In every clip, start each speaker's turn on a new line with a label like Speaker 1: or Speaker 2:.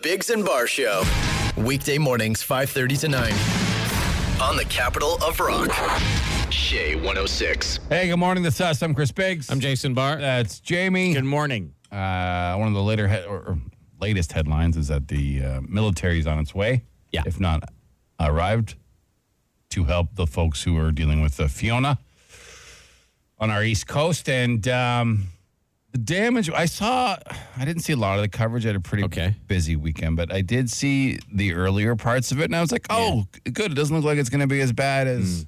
Speaker 1: Biggs and Bar Show. Weekday mornings, 5.30 to 9. On the capital of rock. Shea 106.
Speaker 2: Hey, good morning. This is us. I'm Chris Biggs.
Speaker 3: I'm Jason Barr.
Speaker 2: That's Jamie.
Speaker 3: Good morning.
Speaker 2: Uh, one of the later he- or, or latest headlines is that the uh, military is on its way.
Speaker 3: Yeah.
Speaker 2: If not arrived to help the folks who are dealing with the Fiona on our East Coast. And um, the damage, I saw, I didn't see a lot of the coverage. I had a pretty
Speaker 3: Okay.
Speaker 2: busy weekend, but I did see the earlier parts of it. And I was like, oh, g- good. It doesn't look like it's going to be as bad as.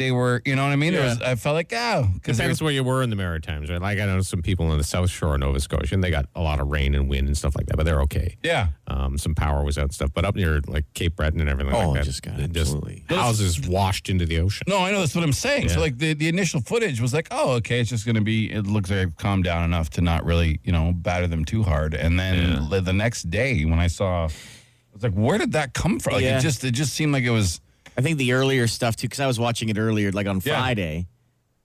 Speaker 2: They were, you know what I mean? It
Speaker 3: Hmm. Yeah.
Speaker 2: was, I felt like, oh, because
Speaker 3: Depends where you were in the Maritimes, right? Like I know some people on the South Shore of Nova Scotia, and they got a lot of rain and wind and stuff like that, but they're okay.
Speaker 2: Yeah.
Speaker 3: Um, some power was out and stuff, but up near like Cape Breton and everything
Speaker 4: Oh,
Speaker 3: like that,
Speaker 4: just got
Speaker 3: it
Speaker 4: absolutely-
Speaker 3: houses washed into the ocean.
Speaker 2: No, I know that's what I'm saying. So like the, the initial footage was like, oh, okay, it's just gonna be. It looks like I've calmed down enough to not really, you know, batter them too hard. And then li- the next day when I saw, I was like, where did that come from? Like
Speaker 4: Yeah.
Speaker 2: it just it just seemed like it was.
Speaker 4: I think the earlier stuff too, because I was watching it earlier, like on
Speaker 2: Yeah.
Speaker 4: Friday.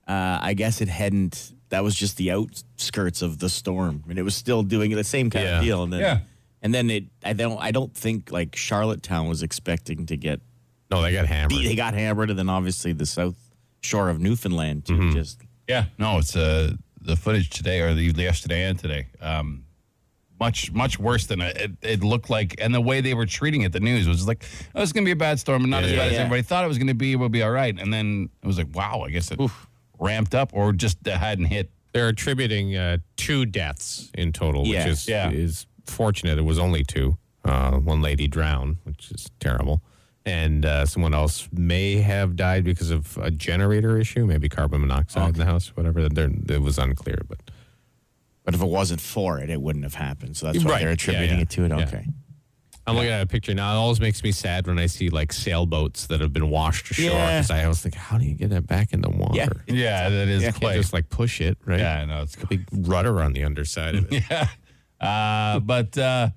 Speaker 4: Uh, I guess it hadn't. That was just the outskirts of the storm, and it was still doing the same kind
Speaker 3: Yeah.
Speaker 4: of deal. And then,
Speaker 2: Yeah.
Speaker 4: and then it. I don't. I don't think like Charlottetown was expecting to get.
Speaker 3: No, they got hammered.
Speaker 4: They got hammered, and then obviously the South Shore of Newfoundland too.
Speaker 3: Mm-hmm.
Speaker 4: Just
Speaker 2: Yeah. No, it's uh the footage today or the yesterday and today. Um, much much worse than it, it, it looked like, and the way they were treating it, the news was like, oh, it's gonna be a bad storm, but not as
Speaker 4: Yeah,
Speaker 2: bad as
Speaker 4: yeah.
Speaker 2: everybody thought it was gonna be. It will be all right. And then it was like, wow, I guess it ramped up or just hadn't hit.
Speaker 3: They're attributing uh, two deaths in total,
Speaker 4: Yeah,
Speaker 3: which is
Speaker 2: yeah.
Speaker 3: is fortunate. It was only two. Uh, one lady drowned, which is terrible, and uh, someone else may have died because of a generator issue, maybe carbon monoxide in the house, whatever. They're, it was unclear, but
Speaker 4: But if it wasn't for it, it wouldn't have happened. So that's why
Speaker 3: Right.
Speaker 4: they're
Speaker 3: Yeah,
Speaker 4: attributing
Speaker 3: yeah.
Speaker 4: it to it.
Speaker 3: Yeah.
Speaker 4: Okay.
Speaker 3: I'm looking at a picture now. It always makes me sad when I see like sailboats that have been washed ashore
Speaker 4: Yeah.
Speaker 3: because I always think, how do you get that back in the water?
Speaker 4: Yeah.
Speaker 3: You
Speaker 2: Yeah, that is
Speaker 3: can't just like push it, right?
Speaker 2: Yeah, I know it's cool.
Speaker 3: Big rudder on the underside of it.
Speaker 2: Uh, but uh,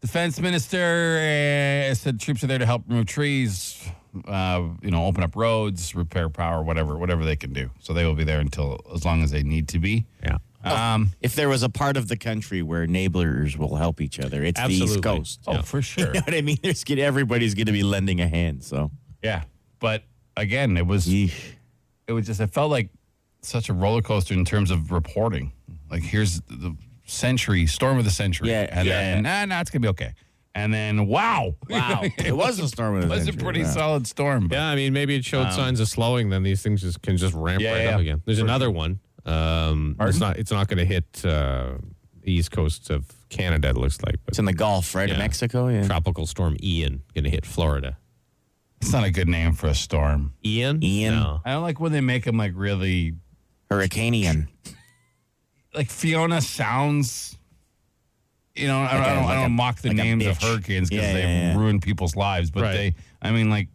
Speaker 2: defense minister uh, said troops are there to help remove trees, uh, you know, open up roads, repair power, whatever, whatever they can do. So they will be there until as long as they need to be.
Speaker 3: yeah.
Speaker 4: If there was a part of the country where neighbors will help each other, it's the
Speaker 3: Absolutely.
Speaker 4: East Coast.
Speaker 2: Oh, for sure.
Speaker 4: You know what I mean? There's gonna, everybody's going to be lending a hand. So,
Speaker 2: yeah, but again, it was
Speaker 4: yeesh.
Speaker 2: it was just it felt like such a roller coaster in terms of reporting. Like here's the century storm of the century.
Speaker 4: Yeah,
Speaker 2: and
Speaker 4: yeah.
Speaker 2: then nah, nah, it's gonna be okay. And then wow,
Speaker 4: Wow. it was a storm of
Speaker 2: it
Speaker 4: the
Speaker 2: was a
Speaker 4: century,
Speaker 2: pretty
Speaker 4: yeah.
Speaker 2: solid storm. But
Speaker 3: Yeah, I mean, maybe it showed signs of slowing. Then these things just can just ramp
Speaker 2: Um, Yeah,
Speaker 3: right
Speaker 2: yeah.
Speaker 3: up again. There's another one. Um, it's not. It's not going to hit uh, the east coast of Canada. It looks like, but
Speaker 4: It's in the Gulf, right? Of
Speaker 3: Yeah.
Speaker 4: Mexico? Yeah.
Speaker 3: tropical storm Ian going to hit Florida.
Speaker 2: it's not a good name for a storm.
Speaker 3: Ian.
Speaker 4: Ian.
Speaker 3: No.
Speaker 2: I don't like when they make them like really
Speaker 4: Hurricanian.
Speaker 2: like Fiona sounds. You know, I
Speaker 4: Like
Speaker 2: don't,
Speaker 4: a-
Speaker 2: I don't, I
Speaker 4: like
Speaker 2: don't
Speaker 4: a-
Speaker 2: mock the
Speaker 4: like a
Speaker 2: names of
Speaker 4: bitch.
Speaker 2: hurricanes because
Speaker 4: Yeah,
Speaker 2: they
Speaker 4: yeah, yeah.
Speaker 2: ruin people's lives, but
Speaker 3: Right.
Speaker 2: they, I mean, like,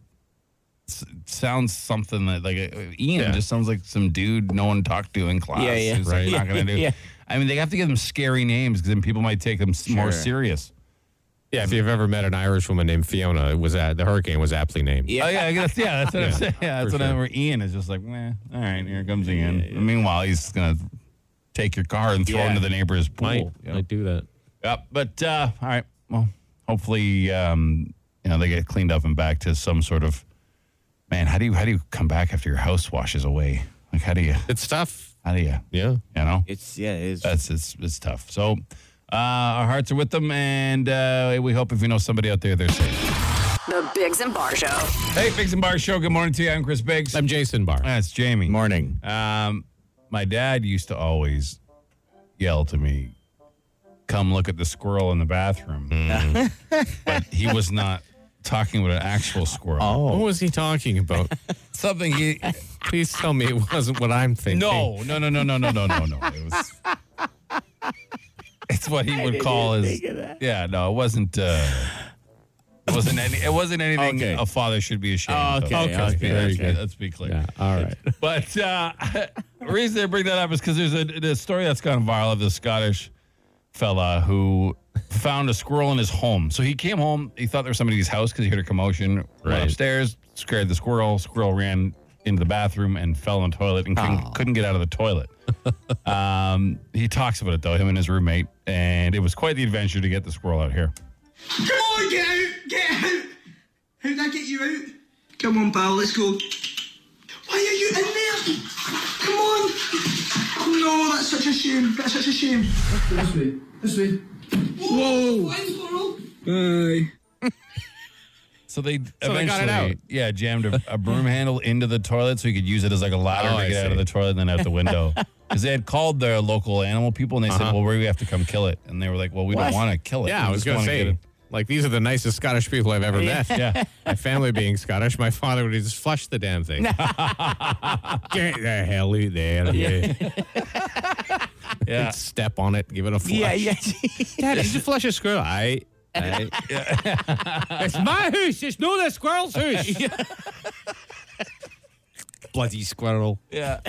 Speaker 2: s- sounds something that like uh, Ian
Speaker 3: Yeah.
Speaker 2: just sounds like some dude no one talked to in class.
Speaker 4: Yeah, yeah.
Speaker 2: who's, like,
Speaker 3: Right.
Speaker 2: not gonna do.
Speaker 4: Yeah.
Speaker 2: I mean, they have to give them scary names because then people might take them s more
Speaker 4: Sure.
Speaker 2: serious.
Speaker 3: Yeah, if you've ever met an Irish woman named Fiona, it was at, the hurricane was aptly named.
Speaker 2: Yeah, oh, yeah, I guess, yeah, that's what I'm saying. Yeah, that's
Speaker 3: for
Speaker 2: what I
Speaker 3: sure.
Speaker 2: where Ian is just like, meh, all right, here comes Ian. Meanwhile, he's gonna take your car and throw it
Speaker 4: Yeah.
Speaker 2: into the neighbor's pool.
Speaker 3: might
Speaker 2: you know?
Speaker 3: might do that.
Speaker 2: Yep. But uh, all right. Well, hopefully, um, you know, they get cleaned up and back to some sort of. Man, how do you how do you come back after your house washes away? Like how do you
Speaker 3: It's tough.
Speaker 2: how do you
Speaker 3: Yeah.
Speaker 2: you know?
Speaker 4: It's, yeah, it is.
Speaker 2: That's it's it's tough. So uh, our hearts are with them, and uh, we hope if you know somebody out there, they're safe.
Speaker 5: The Biggs and Bar Show.
Speaker 2: Hey, Biggs and Bar Show. Good morning to you. I'm Chris Biggs.
Speaker 3: I'm Jason Barr.
Speaker 2: That's Jamie.
Speaker 4: Morning.
Speaker 2: Um, my dad used to always yell to me, "Come look at the squirrel in the bathroom."
Speaker 4: Mm.
Speaker 2: but he was not talking about an actual squirrel.
Speaker 4: Oh.
Speaker 3: What was he talking about?
Speaker 2: Something he
Speaker 3: Please tell me it wasn't what I'm thinking.
Speaker 2: no no no no no no no no no. It was. It's what he would call his. Yeah, no, it wasn't. Uh, it wasn't any. It wasn't anything
Speaker 4: Okay.
Speaker 2: a father should be ashamed.
Speaker 4: Oh,
Speaker 2: of.
Speaker 4: okay, okay,
Speaker 2: let's, be,
Speaker 4: okay.
Speaker 2: let's, be, let's be clear.
Speaker 3: Yeah. All right.
Speaker 2: But uh, the reason I bring that up is because there's a, a story that's gone viral of this Scottish fella who found a squirrel in his home. So he came home. He thought there was somebody at his house because he heard a commotion.
Speaker 3: Right.
Speaker 2: Went upstairs, scared the squirrel. Squirrel ran into the bathroom and fell in the toilet and couldn't, couldn't get out of the toilet. um, he talks about it though, him and his roommate, and it was quite the adventure to get the squirrel out here.
Speaker 6: Come on, get out! Get out! How did I get you out? Come on, pal, let's go. Why are you in there? Come on! No, that's such a shame. That's such a shame. This way. This way. Whoa! What in the world? Aye.
Speaker 2: So they
Speaker 3: So
Speaker 2: eventually,
Speaker 3: they got it out.
Speaker 2: yeah, jammed a, a broom handle into the toilet so you could use it as like a ladder
Speaker 3: Oh,
Speaker 2: to
Speaker 3: I
Speaker 2: get out of the
Speaker 3: see.
Speaker 2: toilet and then out the window. Because they had called their local animal people and they said, "Well, we have to come kill it," and they were like, "Well, we
Speaker 4: What?
Speaker 2: don't want to kill it.
Speaker 3: Uh-huh. Yeah,
Speaker 2: we
Speaker 3: I was
Speaker 2: just
Speaker 3: going to
Speaker 2: wanna
Speaker 3: say,
Speaker 2: get
Speaker 3: like, these are the nicest Scottish people I've ever met.
Speaker 2: it." yeah."
Speaker 3: My family being Scottish, my father would just flush the damn thing. Get the hell out there. Yeah.
Speaker 2: Yeah.
Speaker 3: Step on it, give it a flush.
Speaker 4: Yeah, yeah.
Speaker 3: Dad, did you flush a squirrel? I. I it's my hoose. It's not the squirrel's hoose. Bloody squirrel.
Speaker 2: Yeah.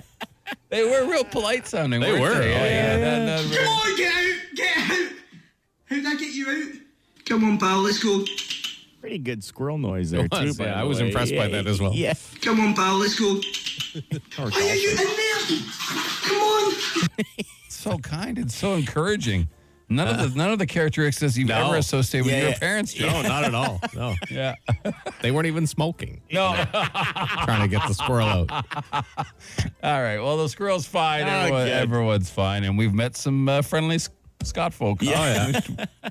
Speaker 2: They were real polite sounding.
Speaker 3: They
Speaker 2: weren't
Speaker 3: were,
Speaker 2: They?
Speaker 3: oh, yeah.
Speaker 2: that- that was-
Speaker 6: Come on, get out! Get out! How did I get you out? Come on, pal, let's go.
Speaker 4: Pretty good squirrel noise there,
Speaker 3: It was,
Speaker 4: too. by
Speaker 3: yeah,
Speaker 4: the
Speaker 3: I was
Speaker 4: way.
Speaker 3: impressed by that as well.
Speaker 4: Yeah.
Speaker 6: Come on, pal, let's go. Why are you in there? Come on!
Speaker 2: so kind and so encouraging. None of the none of the characteristics you've
Speaker 3: Uh-huh. No.
Speaker 2: ever associated with
Speaker 4: Yeah,
Speaker 2: your
Speaker 4: yeah.
Speaker 2: parents. Joe.
Speaker 3: No, not at all. No.
Speaker 2: Yeah.
Speaker 3: They weren't even smoking,
Speaker 2: No.
Speaker 3: trying to get the squirrel out.
Speaker 2: All right. Well, the squirrel's fine.
Speaker 3: Ah,
Speaker 2: Everyone,
Speaker 4: good.
Speaker 2: everyone's fine, and we've met some uh, friendly S- Scott folk. Oh, Yeah.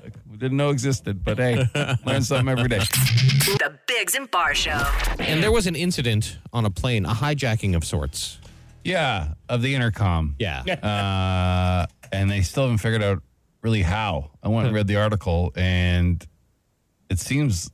Speaker 2: we didn't know existed, but hey, learn something every day.
Speaker 5: The Bigs and Bar Show.
Speaker 3: And there was an incident on a plane, a hijacking of sorts.
Speaker 2: Yeah, of the intercom.
Speaker 3: Yeah.
Speaker 2: Uh, and they still haven't figured out really how. I went and read the article, and it seems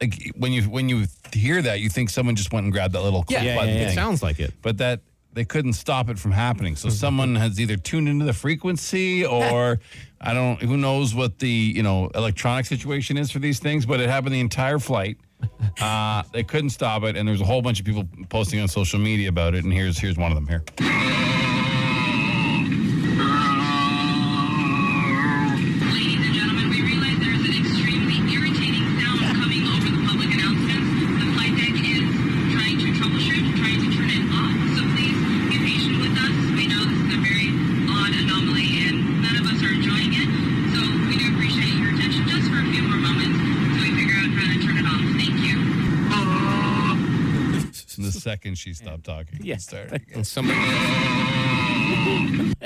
Speaker 2: like when you when you hear that, you think someone just went and grabbed that little click button
Speaker 3: It
Speaker 2: thing.
Speaker 3: sounds like it.
Speaker 2: but that they couldn't stop it from happening. So someone has either tuned into the frequency or I don't who knows what the, you know, electronic situation is for these things, but it happened the entire flight. Uh, they couldn't stop it and there's a whole bunch of people posting on social media about it and here's here's one of them here.
Speaker 7: Ladies and gentlemen, we realize there is an extremely irritating sound coming over the public announcements. The flight deck is trying to troubleshoot, trying to turn it off. So please be patient with us. We know this is a very odd anomaly and none of us are enjoying it. So we do appreciate your attention just for a few more moments so we figure out how to turn it off. Thank you.
Speaker 2: And the second she stopped talking, it
Speaker 4: Yeah.
Speaker 2: started again.
Speaker 3: And somebody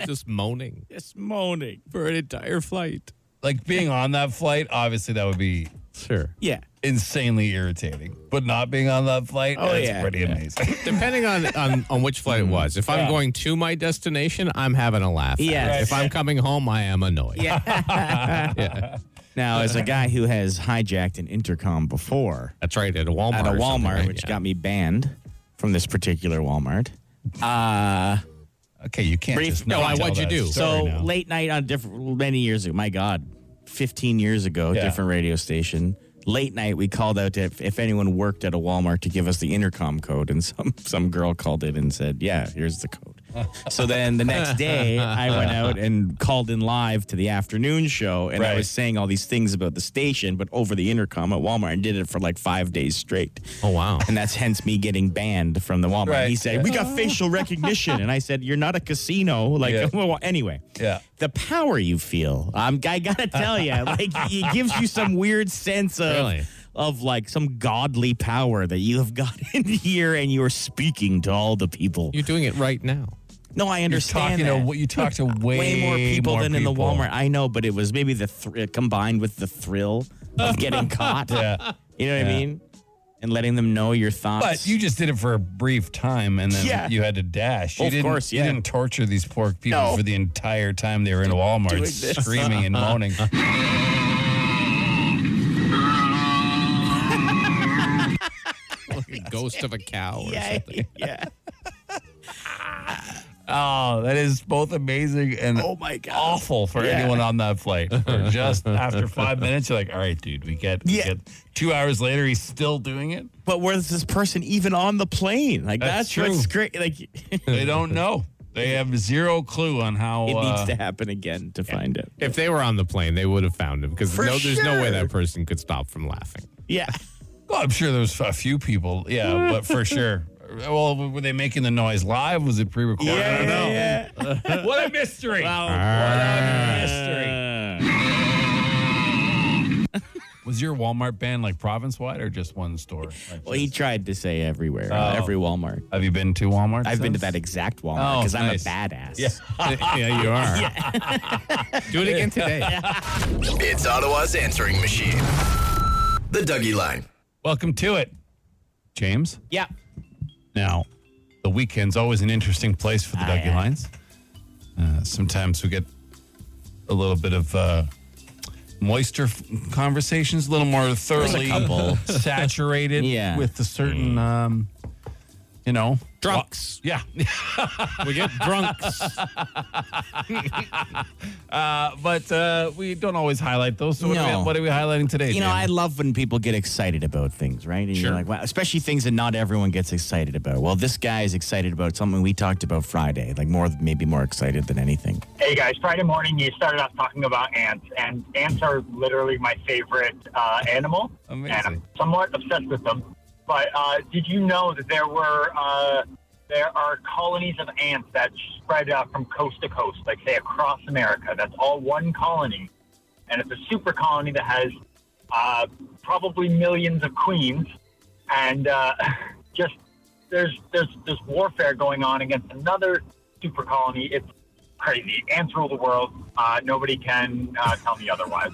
Speaker 3: just moaning
Speaker 4: Just moaning.
Speaker 3: for an entire flight.
Speaker 2: Like being on that flight, obviously that would be
Speaker 3: Sure.
Speaker 4: Yeah.
Speaker 2: insanely irritating. But not being on that flight,
Speaker 4: Oh,
Speaker 2: that's
Speaker 4: yeah.
Speaker 2: pretty amazing.
Speaker 3: Depending on, on, on which flight it was. If I'm going to my destination, I'm having a laugh.
Speaker 4: Yes. Right.
Speaker 3: If I'm coming home, I am annoyed.
Speaker 4: Yeah. Now, as a guy who has hijacked an intercom before,
Speaker 3: That's right. At a Walmart.
Speaker 4: at a
Speaker 3: or something,
Speaker 4: Walmart,
Speaker 3: right?
Speaker 4: which
Speaker 3: Yeah.
Speaker 4: got me banned from this particular Walmart.
Speaker 2: okay, you can't
Speaker 4: Brief-
Speaker 2: just
Speaker 3: No,
Speaker 2: not
Speaker 3: I-
Speaker 2: tell
Speaker 3: what'd you
Speaker 2: that
Speaker 3: do?
Speaker 2: story
Speaker 4: So
Speaker 2: now.
Speaker 4: late night on different many years ago. My God, fifteen years ago,
Speaker 2: Yeah.
Speaker 4: different radio station. Late night, we called out to if, if anyone worked at a Walmart to give us the intercom code, and some some girl called it and said, "Yeah, here's the code." so then the next day, I went out and called in live to the afternoon show, and I
Speaker 2: Right.
Speaker 4: was saying all these things about the station, but over the intercom at Walmart, and did it for like five days straight.
Speaker 3: Oh, wow.
Speaker 4: And that's hence me getting banned from the Walmart.
Speaker 2: Right.
Speaker 4: He said, We got facial recognition. And I said, You're not a casino. Like,
Speaker 2: Oh. Yeah.
Speaker 4: well, anyway.
Speaker 2: Yeah.
Speaker 4: The power you feel, um, I gotta tell you, like, it gives you some weird sense of,
Speaker 3: Really?
Speaker 4: of like some godly power that you have got in here, and you are speaking to all the people.
Speaker 3: You're doing it right now.
Speaker 4: no, I
Speaker 2: You're
Speaker 4: understand
Speaker 2: talking
Speaker 4: that.
Speaker 2: to you talk to way,
Speaker 4: way more people than in the
Speaker 2: people.
Speaker 4: Walmart. I know, but it was maybe the thr combined with the thrill of getting caught.
Speaker 2: Yeah.
Speaker 4: You know
Speaker 2: Yeah.
Speaker 4: what I mean? And letting them know your thoughts.
Speaker 2: But you just did it for a brief time, and then
Speaker 4: Yeah.
Speaker 2: you had to dash. You
Speaker 4: Of
Speaker 2: didn't,
Speaker 4: course,
Speaker 2: You
Speaker 4: yeah.
Speaker 2: didn't torture these poor people
Speaker 4: No.
Speaker 2: for the entire time they were in Walmart,
Speaker 4: this.
Speaker 2: screaming and moaning.
Speaker 3: Like a ghost of a cow or
Speaker 4: yeah,
Speaker 3: something.
Speaker 4: yeah.
Speaker 2: oh, that is both amazing and
Speaker 4: Oh my God.
Speaker 2: awful for
Speaker 4: Yeah.
Speaker 2: anyone on that flight. For just after five minutes, you're like, "All right, dude, we get." we
Speaker 4: Yeah.
Speaker 2: get- Two hours later, he's still doing it.
Speaker 4: But was this person even on the plane? Like
Speaker 2: That's
Speaker 4: that's,
Speaker 2: true.
Speaker 4: what's great. Like it
Speaker 2: They don't know. They have zero clue on how. uh,
Speaker 4: needs to happen again to find it.
Speaker 3: If they were on the plane, they would have found him because
Speaker 4: For
Speaker 3: no, there's no way
Speaker 4: sure.
Speaker 3: that person could stop from laughing.
Speaker 4: Yeah.
Speaker 2: Well, I'm sure there was a few people. Yeah, but for sure. Well, were they making the noise live? Was it pre-recorded? I don't know.
Speaker 4: yeah.
Speaker 2: What a mystery.
Speaker 4: Wow.
Speaker 2: What a mystery. Was your Walmart ban like province wide or just one store? Like,
Speaker 4: Well, he tried to say everywhere,
Speaker 2: Oh.
Speaker 4: every Walmart.
Speaker 2: have you been to Walmart?
Speaker 4: I've been to
Speaker 2: since?
Speaker 4: that exact
Speaker 2: Oh,
Speaker 4: Walmart because I'm
Speaker 2: nice.
Speaker 4: a badass.
Speaker 3: yeah, you are. Do it again today.
Speaker 1: It's Ottawa's answering machine. The Dougie Line.
Speaker 2: Welcome to it, James.
Speaker 4: Yeah.
Speaker 2: Now, the weekend's always an interesting place for the
Speaker 4: Ah,
Speaker 2: Dougie
Speaker 4: yeah.
Speaker 2: Lines. Uh, sometimes we get a little bit of uh, moister f- conversations, a little more thoroughly
Speaker 4: couple.
Speaker 2: saturated
Speaker 4: Yeah.
Speaker 2: with a certain, um, you know,
Speaker 3: Mm. Drunks.
Speaker 2: yeah.
Speaker 3: We get drunks.
Speaker 2: Uh, but uh, we don't always highlight those. So what, are,
Speaker 4: No.
Speaker 2: we, what are we highlighting today?
Speaker 4: You know, I
Speaker 2: Jamie?
Speaker 4: love when people get excited about things, right? And
Speaker 3: Sure.
Speaker 4: you're like, wow, especially things that not everyone gets excited about. Well, this guy is excited about something we talked about Friday, like more, maybe more excited than anything.
Speaker 8: Hey guys, Friday morning you started off talking about ants, and ants are literally my favorite uh, animal,
Speaker 2: Amazing.
Speaker 8: and I'm somewhat obsessed with them. But uh, did you know that there were uh, there are colonies of ants that spread out from coast to coast, like say across America? That's all one colony, and it's a super colony that has uh, probably millions of queens, and uh, just there's there's there's warfare going on against another super colony. It's crazy. Ants rule the world. Uh, nobody can uh, tell me otherwise.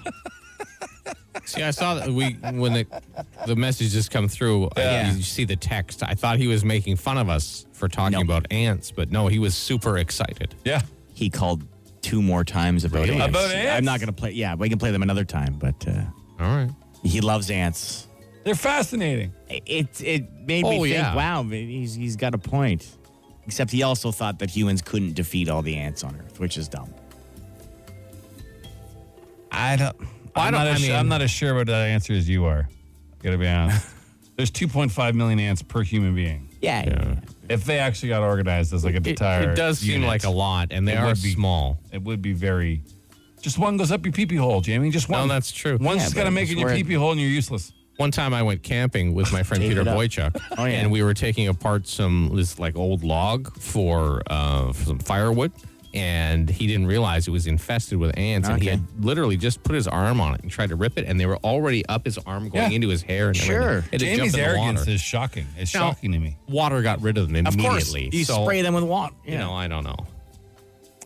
Speaker 3: See, I saw that we when the the message just come through.
Speaker 4: Yeah.
Speaker 3: I, you see the text. I thought he was making fun of us for talking
Speaker 4: No.
Speaker 3: about ants, but no, he was super excited.
Speaker 2: yeah.
Speaker 4: He called two more times about
Speaker 3: Really?
Speaker 4: ants.
Speaker 2: About ants?
Speaker 4: I'm not going to play. Yeah, we can play them another time, but uh,
Speaker 3: All right.
Speaker 4: he loves ants.
Speaker 2: They're fascinating.
Speaker 4: It it made me
Speaker 3: Oh,
Speaker 4: think,
Speaker 3: yeah.
Speaker 4: wow, he's he's got a point. Except he also thought that humans couldn't defeat all the ants on Earth, which is dumb.
Speaker 2: I don't. I'm,
Speaker 3: don't-
Speaker 2: not
Speaker 3: I
Speaker 2: as,
Speaker 3: mean-
Speaker 2: I'm not as sure about the answer as you are. Gotta be honest. There's 2.5 million ants per human being.
Speaker 4: Yeah.
Speaker 2: If they actually got organized as like an
Speaker 3: It,
Speaker 2: entire,
Speaker 3: it does seem
Speaker 2: unit,
Speaker 3: like a lot, and they
Speaker 2: It
Speaker 3: are
Speaker 2: would be.
Speaker 3: small.
Speaker 2: It would be very. Just one goes up your peepee hole, Jamie. Just
Speaker 3: No,
Speaker 2: one.
Speaker 3: that's true.
Speaker 2: One's
Speaker 4: Yeah,
Speaker 2: gonna
Speaker 4: but
Speaker 2: make it in your
Speaker 4: it's
Speaker 2: peepee hole and you're useless.
Speaker 3: One time I went camping with my friend
Speaker 4: Tape
Speaker 3: Peter
Speaker 4: it up.
Speaker 3: Boychuk,
Speaker 4: Oh, yeah.
Speaker 3: and we were taking apart some this like old log for, uh, for some firewood, and he didn't realize it was infested with ants, and he
Speaker 4: Okay.
Speaker 3: had literally just put his arm on it and tried to rip it, and they were already up his arm going
Speaker 2: Yeah.
Speaker 3: into his hair. And
Speaker 4: Sure.
Speaker 3: everything. It had jumped
Speaker 2: Jamie's
Speaker 3: in the
Speaker 2: arrogance
Speaker 3: water.
Speaker 2: is shocking. It's
Speaker 3: Now,
Speaker 2: shocking to me.
Speaker 3: Water got rid of them
Speaker 4: Of course,
Speaker 3: immediately.
Speaker 4: you
Speaker 3: so,
Speaker 4: spray them with water.
Speaker 3: You know, I don't know.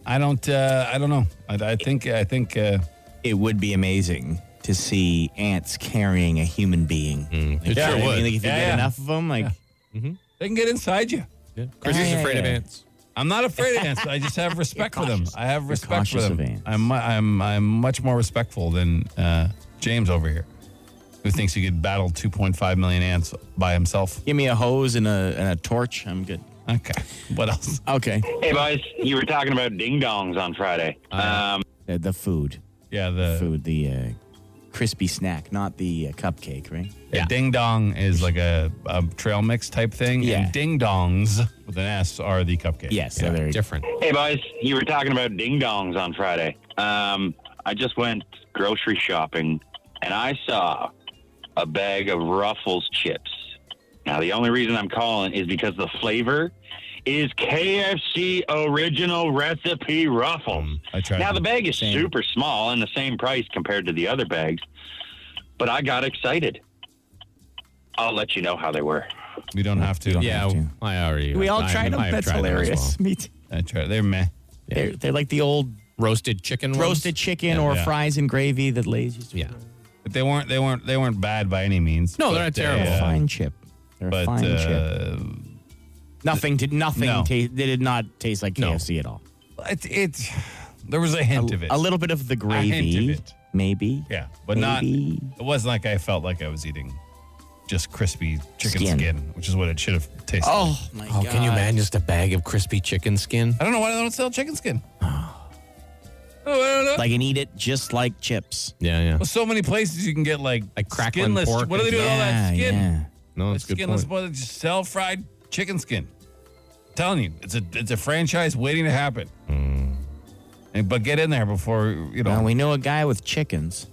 Speaker 2: I don't. Uh, I don't know. I, I think. I think. Uh,
Speaker 4: it would be amazing to see ants carrying a human being.
Speaker 3: It
Speaker 2: Yeah,
Speaker 3: sure
Speaker 2: I mean,
Speaker 4: I
Speaker 3: would.
Speaker 4: mean, like if you
Speaker 2: Yeah,
Speaker 4: get
Speaker 2: yeah.
Speaker 4: enough of them, like
Speaker 2: they can get inside you.
Speaker 3: Yeah. Chris is
Speaker 4: Yeah, yeah,
Speaker 3: afraid of
Speaker 4: yeah.
Speaker 3: ants.
Speaker 2: I'm not afraid of ants. I just have respect for them. I have respect for
Speaker 4: cautious
Speaker 2: them.
Speaker 4: of ants.
Speaker 2: I'm I'm I'm much more respectful than uh, James over here, who thinks he could battle 2.5 million ants by himself.
Speaker 4: give me a hose and a and a torch, I'm good.
Speaker 2: Okay. What else?
Speaker 4: Okay,
Speaker 9: Hey, boys, you were talking about ding dongs on Friday. Um,
Speaker 4: the, the food,
Speaker 2: Yeah. The
Speaker 4: food, the uh, crispy snack, not the uh, cupcake, right?
Speaker 2: yeah, ding dong is like a, a trail mix type thing.
Speaker 4: Yeah.
Speaker 2: And ding dongs with an S are the cupcake.
Speaker 4: Yes, so
Speaker 3: Yeah,
Speaker 4: there you go.
Speaker 3: different.
Speaker 9: hey, boys, you were talking about ding dongs on Friday. Um, I just went grocery shopping and I saw a bag of Ruffles chips. Now, the only reason I'm calling is because the flavor is KFC original recipe Ruffles.
Speaker 3: Um,
Speaker 2: I tried.
Speaker 9: Now the bag is
Speaker 4: Same.
Speaker 9: super small and the same price compared to the other bags, but I got excited. I'll let you know how they were.
Speaker 2: we don't have to.
Speaker 4: don't
Speaker 2: yeah.
Speaker 3: Yeah,
Speaker 4: have to.
Speaker 3: I already.
Speaker 4: We all
Speaker 3: I-
Speaker 4: tried them.
Speaker 3: I have
Speaker 4: That's
Speaker 3: tried them as
Speaker 4: hilarious.
Speaker 3: well.
Speaker 4: Me too.
Speaker 2: I tried. They're meh.
Speaker 4: They're, they're like the old
Speaker 3: Roasted chicken. ones?
Speaker 4: roasted chicken
Speaker 2: Yeah,
Speaker 4: or
Speaker 2: yeah.
Speaker 4: fries and gravy that Lay's used to.
Speaker 3: Yeah.
Speaker 2: But they weren't. They weren't. They weren't bad by any means.
Speaker 3: No, they're
Speaker 2: But,
Speaker 3: not terrible.
Speaker 2: uh,
Speaker 4: Fine chip. They're a
Speaker 2: but
Speaker 4: fine chip.
Speaker 2: uh,
Speaker 4: Nothing did nothing.
Speaker 2: no.
Speaker 4: ta- they did not taste like
Speaker 3: No.
Speaker 4: KFC at all.
Speaker 2: it, it. There was a hint of it.
Speaker 4: A little bit of the
Speaker 2: hint
Speaker 4: gravy,
Speaker 2: of it.
Speaker 4: maybe.
Speaker 2: Yeah, but
Speaker 4: Maybe.
Speaker 2: not. It wasn't like I felt like I was eating just crispy chicken skin,
Speaker 4: Skin.
Speaker 2: which is what it should have tasted. like.
Speaker 4: Oh my
Speaker 3: Oh,
Speaker 4: god!
Speaker 3: can you imagine just a bag of crispy chicken skin?
Speaker 2: I don't know why they don't sell chicken skin. oh, I don't know.
Speaker 4: Like and eat it just like chips.
Speaker 3: Yeah, yeah.
Speaker 2: Well, so many places you can get like
Speaker 3: Like crackling
Speaker 2: skinless.
Speaker 3: pork
Speaker 2: What do they do
Speaker 3: and-
Speaker 2: with all that
Speaker 4: Yeah,
Speaker 2: skin?
Speaker 4: yeah.
Speaker 3: No,
Speaker 2: It's
Speaker 3: it's good
Speaker 2: skinless.
Speaker 3: point.
Speaker 2: Boy, they just sell fried chicken skin. telling you, it's a it's a franchise waiting to happen. And, but get in there before you know.
Speaker 4: Mm. Well, we know a guy with chickens.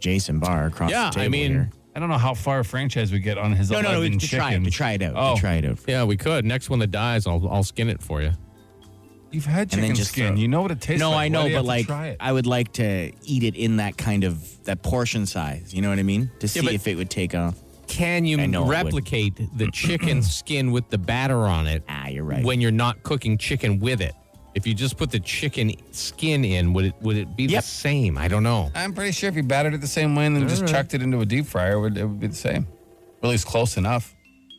Speaker 4: Jason Barr across
Speaker 3: Yeah,
Speaker 4: the
Speaker 3: I
Speaker 4: table
Speaker 3: mean,
Speaker 4: here.
Speaker 2: I don't know how far a franchise would get on his
Speaker 4: no,
Speaker 2: 11
Speaker 4: no, no, to
Speaker 2: chickens.
Speaker 4: try it, to try it out,
Speaker 2: Oh,
Speaker 4: to try it out.
Speaker 3: Yeah, we could. Next one that dies, I'll I'll skin it for you.
Speaker 2: You've had
Speaker 4: And then
Speaker 2: chicken
Speaker 4: just
Speaker 2: skin.
Speaker 4: throw-
Speaker 2: you uh, know what it tastes
Speaker 4: no,
Speaker 2: like. Why
Speaker 4: I
Speaker 2: do
Speaker 4: know,
Speaker 2: you have
Speaker 4: but
Speaker 2: to
Speaker 4: like,
Speaker 2: try it?
Speaker 4: I would like to eat it in that kind of that portion size. You know what I mean? To see
Speaker 3: but-
Speaker 4: if it would take off.
Speaker 3: Can you
Speaker 4: I know it would.
Speaker 3: replicate the chicken skin with the batter on it?
Speaker 4: Ah, you're right.
Speaker 3: When you're not cooking chicken with it, if you just put the chicken skin in, would it would it be
Speaker 4: Yep.
Speaker 3: the same? I don't know.
Speaker 2: I'm pretty sure if you battered it the same way and then just chucked it into a deep fryer, it would, it would be the same. Well, at least close enough.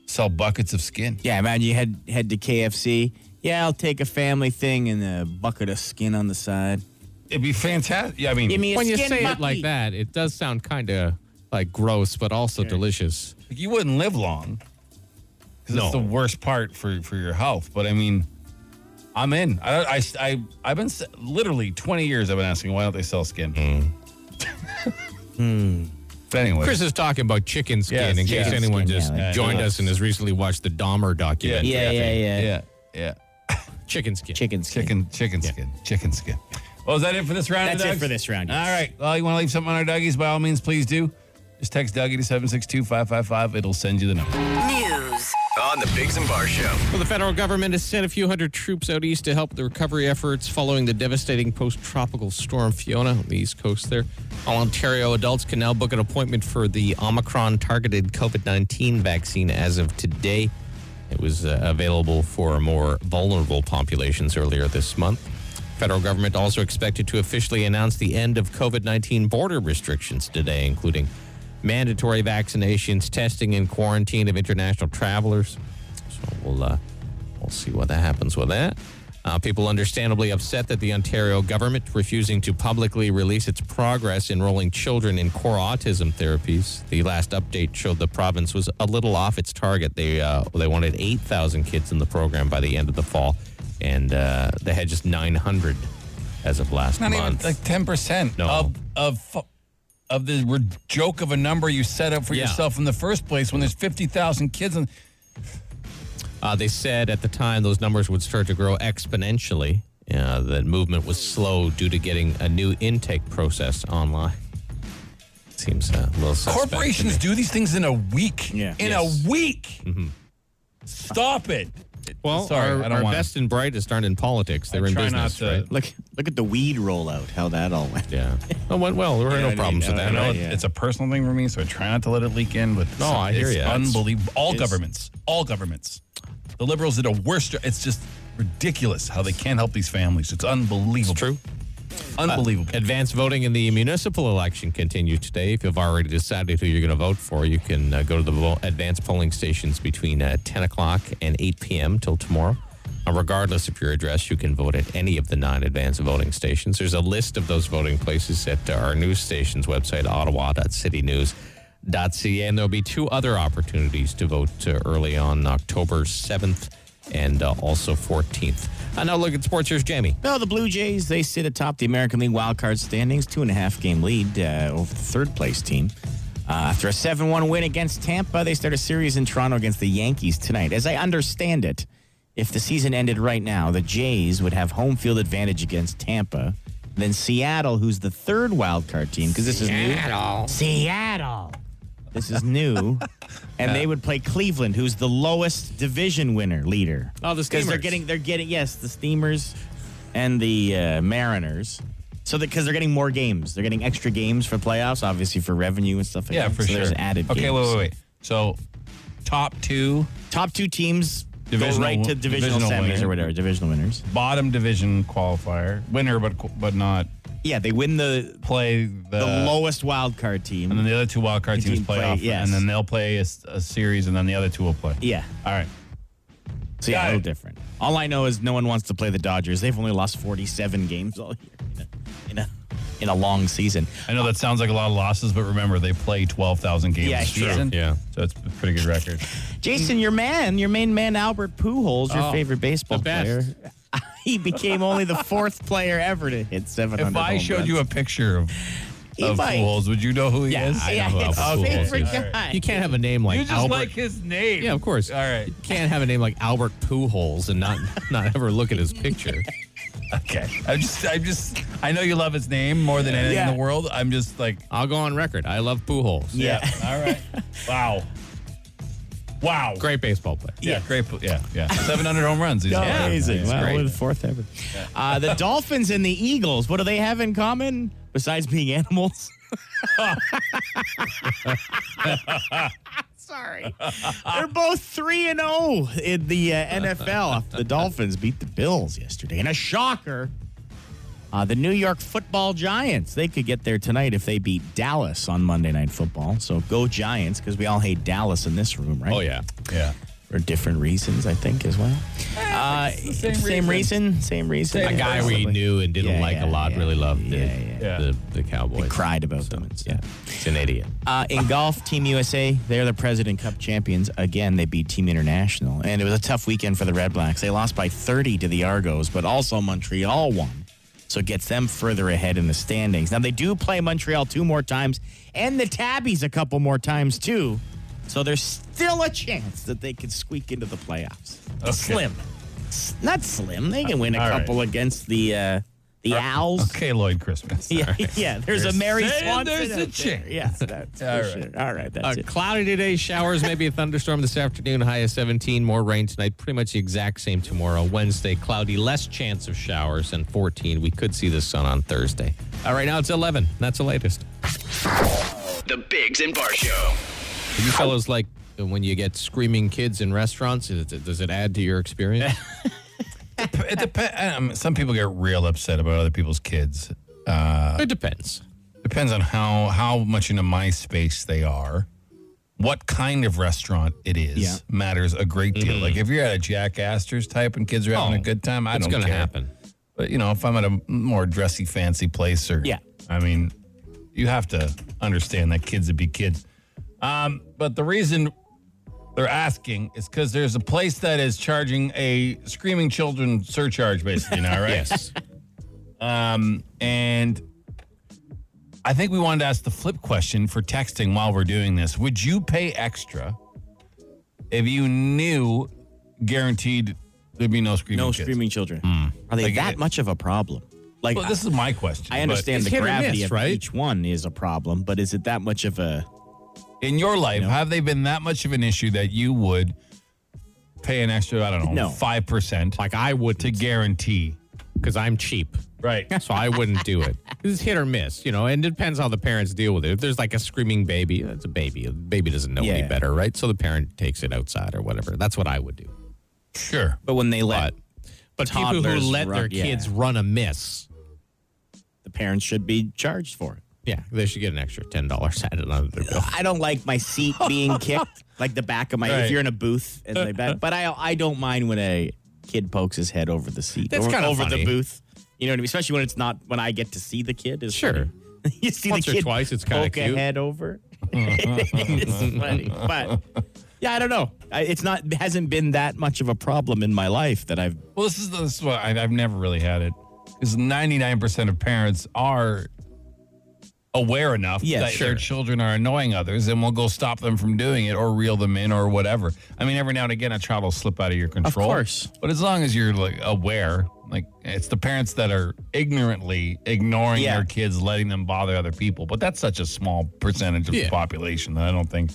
Speaker 2: Sell buckets of skin.
Speaker 4: Yeah, imagine you head head to KFC. Yeah, I'll take a family thing and a bucket of skin on the side.
Speaker 2: It'd be fantastic. Yeah, I mean,
Speaker 4: Give me a
Speaker 3: When you
Speaker 4: skin
Speaker 3: say it
Speaker 4: monkey.
Speaker 3: like that, it does sound kind of like gross, but also delicious.
Speaker 2: you wouldn't live long because
Speaker 3: No.
Speaker 2: it's the worst part for, for your health. But I mean, I'm in. I, I, I, I've been s- literally 20 years I've been asking why don't they sell skin? Hmm. But anyway,
Speaker 3: Chris is talking about chicken skin.
Speaker 2: Yes,
Speaker 3: in case
Speaker 2: chicken
Speaker 3: anyone
Speaker 4: skin,
Speaker 3: just
Speaker 4: yeah, like-
Speaker 3: joined us and has recently watched the Dahmer documentary,
Speaker 4: Yeah,
Speaker 3: I
Speaker 4: yeah,
Speaker 3: think.
Speaker 4: yeah.
Speaker 2: yeah, yeah.
Speaker 3: chicken skin.
Speaker 4: Chicken skin.
Speaker 2: Chicken, chicken skin, chicken skin. Well, is that it for this round? of
Speaker 4: That's it
Speaker 2: Dougs?
Speaker 4: for this round, yes.
Speaker 2: All right. Well, you want to leave something on our Dougies? By all means, please do. Just text Dougie to 762 555. It'll send you the number.
Speaker 5: News.
Speaker 1: On the Bigs and Bar Show.
Speaker 3: Well, the federal government has sent a few hundred troops out east to help with the recovery efforts following the devastating post tropical storm Fiona on the east coast there. All Ontario adults can now book an appointment for the Omicron targeted COVID 19 vaccine as of today. It was uh, available for more vulnerable populations earlier this month. Federal government also expected to officially announce the end of COVID 19 border restrictions today, including mandatory vaccinations, testing, and quarantine of international travelers. So we'll uh, we'll see what that happens with that. Uh, people understandably upset that the Ontario government refusing to publicly release its progress enrolling children in core autism therapies. The last update showed the province was a little off its target. They uh, they wanted eight thousand kids in the program by the end of the fall, and uh, they had just nine hundred as of last
Speaker 2: Not
Speaker 3: month.
Speaker 2: even like 10%
Speaker 3: No.
Speaker 2: of, of, fu- of the re- joke of a number you set up for
Speaker 3: Yeah.
Speaker 2: yourself in the first place when there's 50,000 kids. In-
Speaker 3: Uh, they said at the time those numbers would start to grow exponentially. Uh, that movement was slow due to getting a new intake process online. Seems uh, a little suspect. to
Speaker 2: Corporations
Speaker 3: me.
Speaker 2: do these things in a week.
Speaker 4: Yeah. Mm-hmm.
Speaker 2: In
Speaker 3: Yes.
Speaker 2: a week. Stop it.
Speaker 3: Well,
Speaker 2: Sorry,
Speaker 3: our,
Speaker 2: I don't
Speaker 3: our
Speaker 2: wanna-
Speaker 3: best and brightest aren't in politics. They're in
Speaker 2: try not
Speaker 3: business,
Speaker 2: to-
Speaker 3: right?
Speaker 4: Look look at the weed rollout, how that all went.
Speaker 3: Yeah. Oh, well, well, there were no problems with
Speaker 2: uh, I
Speaker 3: that.
Speaker 2: know
Speaker 3: right?
Speaker 2: it- it's a personal thing for me, so I try not to let it leak in. But
Speaker 3: No, I hear
Speaker 2: it's
Speaker 3: ya. It's-
Speaker 2: Unbelievable. All governments, all governments. The liberals did a worse. jo- It's just ridiculous how they can't help these families. It's unbelievable.
Speaker 3: True. Uh,
Speaker 2: Unbelievable.
Speaker 3: Advance voting in the municipal election continues today. If you've already decided who you're going to vote for, you can uh, go to the vo- advanced polling stations between uh, 10 o'clock and 8 p.m. till tomorrow. Uh, regardless of your address, you can vote at any of the nine advanced voting stations. There's a list of those voting places at uh, our news station's website, ottawa.citynews.ca. And there'll be two other opportunities to vote uh, early on October 7th and uh, also 14th. Uh, now look at sports. Here's Jamie.
Speaker 4: No, the Blue Jays, they sit atop the American League wild card standings, two and a half game lead uh, over the third place team. Uh, after a 7 1 win against Tampa, they start a series in Toronto against the Yankees tonight. As I understand it, if the season ended right now, the Jays would have home field advantage against Tampa. Then Seattle, who's the third wild card team, because this is new. Seattle. Seattle. This is new. and they would play Cleveland, who's the lowest division winner leader.
Speaker 3: Oh, the
Speaker 4: Because they're
Speaker 3: Steamers.
Speaker 4: getting, they're getting, yes, the Steamers and the uh, Mariners. So that because they're getting more games, they're getting extra games for playoffs, obviously for revenue and stuff. like
Speaker 2: yeah,
Speaker 4: that.
Speaker 2: for
Speaker 4: so
Speaker 2: sure.
Speaker 4: There's added.
Speaker 2: Okay,
Speaker 4: games.
Speaker 2: wait, wait, wait. So, top two,
Speaker 4: Top two teams
Speaker 2: Divisional
Speaker 4: go right to
Speaker 2: win-
Speaker 4: divisional,
Speaker 2: divisional
Speaker 4: semis
Speaker 2: winner.
Speaker 4: or whatever, divisional winners.
Speaker 2: bottom division qualifier, winner, but but not
Speaker 4: Yeah, they win the
Speaker 2: play the,
Speaker 4: the lowest wild card team.
Speaker 2: Uh, and then the other two wild card
Speaker 4: The
Speaker 2: teams
Speaker 4: team
Speaker 2: play,
Speaker 4: play,
Speaker 2: off,
Speaker 4: yes.
Speaker 2: and then they'll play a, s- a series, and then the other two will play.
Speaker 4: yeah,
Speaker 2: All right.
Speaker 4: so yeah,
Speaker 2: Got
Speaker 4: a
Speaker 2: it.
Speaker 4: little different. All I know is no one wants to play the Dodgers. They've only lost 47 games all year in a in a, in a long season.
Speaker 2: I know that sounds like a lot of losses, but remember they play twelve thousand games
Speaker 4: Yeah,
Speaker 2: a
Speaker 4: sure.
Speaker 2: season.
Speaker 3: Yeah.
Speaker 2: so it's a pretty good record.
Speaker 4: Jason, your man, your main man, Albert Pujols, your
Speaker 3: Oh,
Speaker 4: favorite baseball
Speaker 3: the best.
Speaker 4: player. He became only the fourth player ever to hit 700.
Speaker 2: if I
Speaker 4: home
Speaker 2: showed
Speaker 4: runs.
Speaker 2: you a picture of,
Speaker 4: He
Speaker 2: of
Speaker 4: might.
Speaker 2: Pujols, would you know who he
Speaker 4: yeah,
Speaker 2: is?
Speaker 4: yeah,
Speaker 3: know who
Speaker 4: his
Speaker 3: Albert Pujols
Speaker 4: favorite
Speaker 3: is.
Speaker 4: guy.
Speaker 3: You can't have a name like
Speaker 2: You just
Speaker 3: Albert.
Speaker 2: like his name.
Speaker 3: yeah, of course.
Speaker 2: All right.
Speaker 3: You can't have a name like Albert Pujols and not not ever look at his picture.
Speaker 2: Okay. I'm just, I'm just, I know you love his name more than anything
Speaker 4: Yeah.
Speaker 2: in the world. I'm just like,
Speaker 3: I'll go on record. I love Pujols.
Speaker 4: Yeah.
Speaker 2: all right. Wow. Wow.
Speaker 3: Great baseball player.
Speaker 2: Yeah, great. pl- Yeah, yeah. 700 home runs. He's had.
Speaker 4: Amazing.
Speaker 2: It's
Speaker 4: Wow,
Speaker 2: great.
Speaker 4: we're the fourth ever. Uh, the Dolphins and the Eagles, what do they have in common besides being animals? Sorry. They're both 3 and 0 in the uh, NFL. The Dolphins beat the Bills yesterday in a shocker. Uh, the New York Football Giants, they could get there tonight if they beat Dallas on Monday Night Football. So go Giants because we all hate Dallas in this room, right?
Speaker 3: Oh, yeah.
Speaker 2: Yeah.
Speaker 4: for different reasons, I think, as well. Uh,
Speaker 2: same
Speaker 4: same, reason. same reason.
Speaker 3: A guy we
Speaker 4: Possibly.
Speaker 3: knew and didn't
Speaker 4: Yeah,
Speaker 3: like
Speaker 4: yeah,
Speaker 3: a lot
Speaker 4: yeah,
Speaker 3: really loved
Speaker 4: yeah,
Speaker 3: the,
Speaker 2: yeah.
Speaker 3: the, the Cowboys.
Speaker 4: cried about them. and
Speaker 3: Yeah.
Speaker 4: stuff.
Speaker 3: It's an idiot.
Speaker 4: Uh, in golf, Team USA, they're the President Cup champions. Again, they beat Team International. And it was a tough weekend for the Red Blacks. They lost by 30 to the Argos, but also Montreal won. So it gets them further ahead in the standings. Now, they do play Montreal two more times and the Tabbies a couple more times, too. So there's still a chance that they could squeak into the playoffs. Slim. S- Not slim. They can win a
Speaker 2: All right.
Speaker 4: couple against the uh, the Owls.
Speaker 2: Okay, Lloyd Christmas.
Speaker 4: Yeah, yeah. There's a Mary
Speaker 2: saying
Speaker 4: Swanson.
Speaker 2: there's a
Speaker 4: out there.
Speaker 2: chance.
Speaker 4: Yeah, that's
Speaker 2: All
Speaker 4: for
Speaker 2: right.
Speaker 4: sure. All right,
Speaker 3: Uh,
Speaker 4: that's it.
Speaker 3: cloudy today, showers, maybe a thunderstorm this afternoon, high of 17, more rain tonight, pretty much the exact same tomorrow. Wednesday, cloudy, less chance of showers, and 14. We could see the sun on Thursday. All right, now it's 11. That's the latest.
Speaker 1: The Bigs and Bar Show.
Speaker 3: Do you fellows like when you get screaming kids in restaurants? Is it, does it add to your experience?
Speaker 2: It depends. Um, some people get real upset about other people's kids.
Speaker 3: it depends.
Speaker 2: Depends on how how much into MySpace they are, what kind of restaurant it is
Speaker 4: Yeah.
Speaker 2: matters a great deal. Like if you're at a Jack Astor's type and kids are having
Speaker 3: Mm-hmm. Oh,
Speaker 2: a good time, I
Speaker 3: It's
Speaker 2: don't
Speaker 3: going to
Speaker 2: care.
Speaker 3: happen.
Speaker 2: But you know, if I'm at a more dressy, fancy place, or
Speaker 4: Yeah.
Speaker 2: I mean, you have to understand that kids would be kids. Um, but the reason they're asking is because there's a place that is charging a screaming children surcharge, basically now, right?
Speaker 3: Yes.
Speaker 2: Um, and I think we wanted to ask the flip question for texting while we're doing this. Would you pay extra if you knew guaranteed there'd be no screaming?
Speaker 4: No
Speaker 2: kids?
Speaker 4: screaming children. Are they
Speaker 2: Hmm. Like,
Speaker 4: that
Speaker 2: it-
Speaker 4: much of a problem? Like,
Speaker 2: Well, this is my question.
Speaker 4: I, I
Speaker 2: but-
Speaker 4: understand the
Speaker 3: hit or
Speaker 4: gravity
Speaker 3: miss,
Speaker 4: of
Speaker 3: right?
Speaker 4: each one is a problem, but is it that much of a?
Speaker 2: in your life, have they been that much of an issue that you would pay an extra, I don't know,
Speaker 4: No.
Speaker 2: five percent
Speaker 3: Like I would,
Speaker 2: to guarantee?
Speaker 3: because I'm cheap.
Speaker 2: Right.
Speaker 3: So I wouldn't do it. It's hit or miss, you know, and it depends how the parents deal with it. If there's like a screaming baby, that's a baby. The baby doesn't know any
Speaker 4: Yeah.
Speaker 3: better, right? So the parent takes it outside or whatever. That's what I would do.
Speaker 2: sure.
Speaker 4: But when they let
Speaker 3: But but people who
Speaker 4: Toddlers
Speaker 3: let
Speaker 4: run-
Speaker 3: their
Speaker 4: yeah.
Speaker 3: kids run a miss,
Speaker 4: the parents should be charged for it.
Speaker 3: yeah, they should get an extra ten dollars added on their bill.
Speaker 4: I don't like my seat being kicked, like the back of my.
Speaker 2: Right.
Speaker 4: If you're in a booth, and they back, but I I don't mind when a kid pokes his head over the seat.
Speaker 3: That's
Speaker 4: over,
Speaker 3: kinda
Speaker 4: over
Speaker 3: funny.
Speaker 4: the booth. You know what I mean? Especially when it's not when I get to see the kid. Is
Speaker 3: Sure.
Speaker 4: you see
Speaker 3: Once
Speaker 4: the
Speaker 3: or
Speaker 4: kid
Speaker 3: twice, it's kinda
Speaker 4: poke a
Speaker 3: cute.
Speaker 4: head over. it's funny, but yeah, I don't know. I, it's not it hasn't been that much of a problem in my life that I've.
Speaker 2: Well, this is this is what I, I've never really had it. Because ninety nine percent of parents are aware enough
Speaker 4: Yeah,
Speaker 2: that their
Speaker 4: sure.
Speaker 2: children are annoying others and will go stop them from doing it or reel them in or whatever. I mean, every now and again, a child will slip out of your control.
Speaker 4: course.
Speaker 2: But as long as you're like aware, like it's the parents that are ignorantly ignoring
Speaker 4: Yeah.
Speaker 2: their kids, letting them bother other people. But that's such a small percentage of the
Speaker 3: Yeah.
Speaker 2: population that I don't think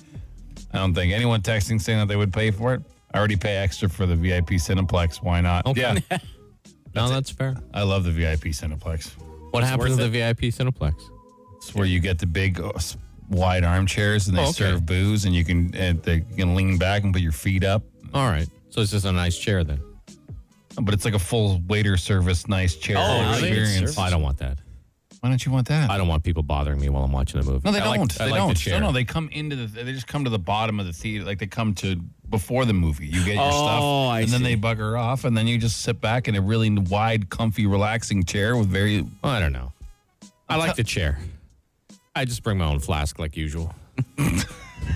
Speaker 2: I don't think anyone texting saying that they would pay for it. I already pay extra for the VIP Cineplex. Why not? Yeah.
Speaker 3: no, that's fair.
Speaker 2: I love the VIP Cineplex.
Speaker 3: What happens to the VIP Cineplex?
Speaker 2: Mm. It's where you get the big, uh, s- wide armchairs, and they
Speaker 3: Oh, okay.
Speaker 2: serve booze, and you can and they, you can lean back and put your feet up.
Speaker 3: All right, so it's just a nice chair then.
Speaker 2: But it's like a full waiter service, nice chair experience.
Speaker 3: Oh, I don't want that.
Speaker 2: Why don't you want that?
Speaker 3: I don't want people bothering me while I'm watching a movie.
Speaker 2: no, they
Speaker 3: I
Speaker 2: don't.
Speaker 3: like- I
Speaker 2: they
Speaker 3: like the
Speaker 2: don't.
Speaker 3: chair.
Speaker 2: no, no, they come into the. They just come to the bottom of the theater. Like they come to before the movie. You get your stuff,
Speaker 4: Oh, I
Speaker 2: and then
Speaker 4: see.
Speaker 2: they bugger off, and then you just sit back in a really wide, comfy, relaxing chair with very.
Speaker 3: Well, I don't know. I like the chair. I just bring my own flask like usual.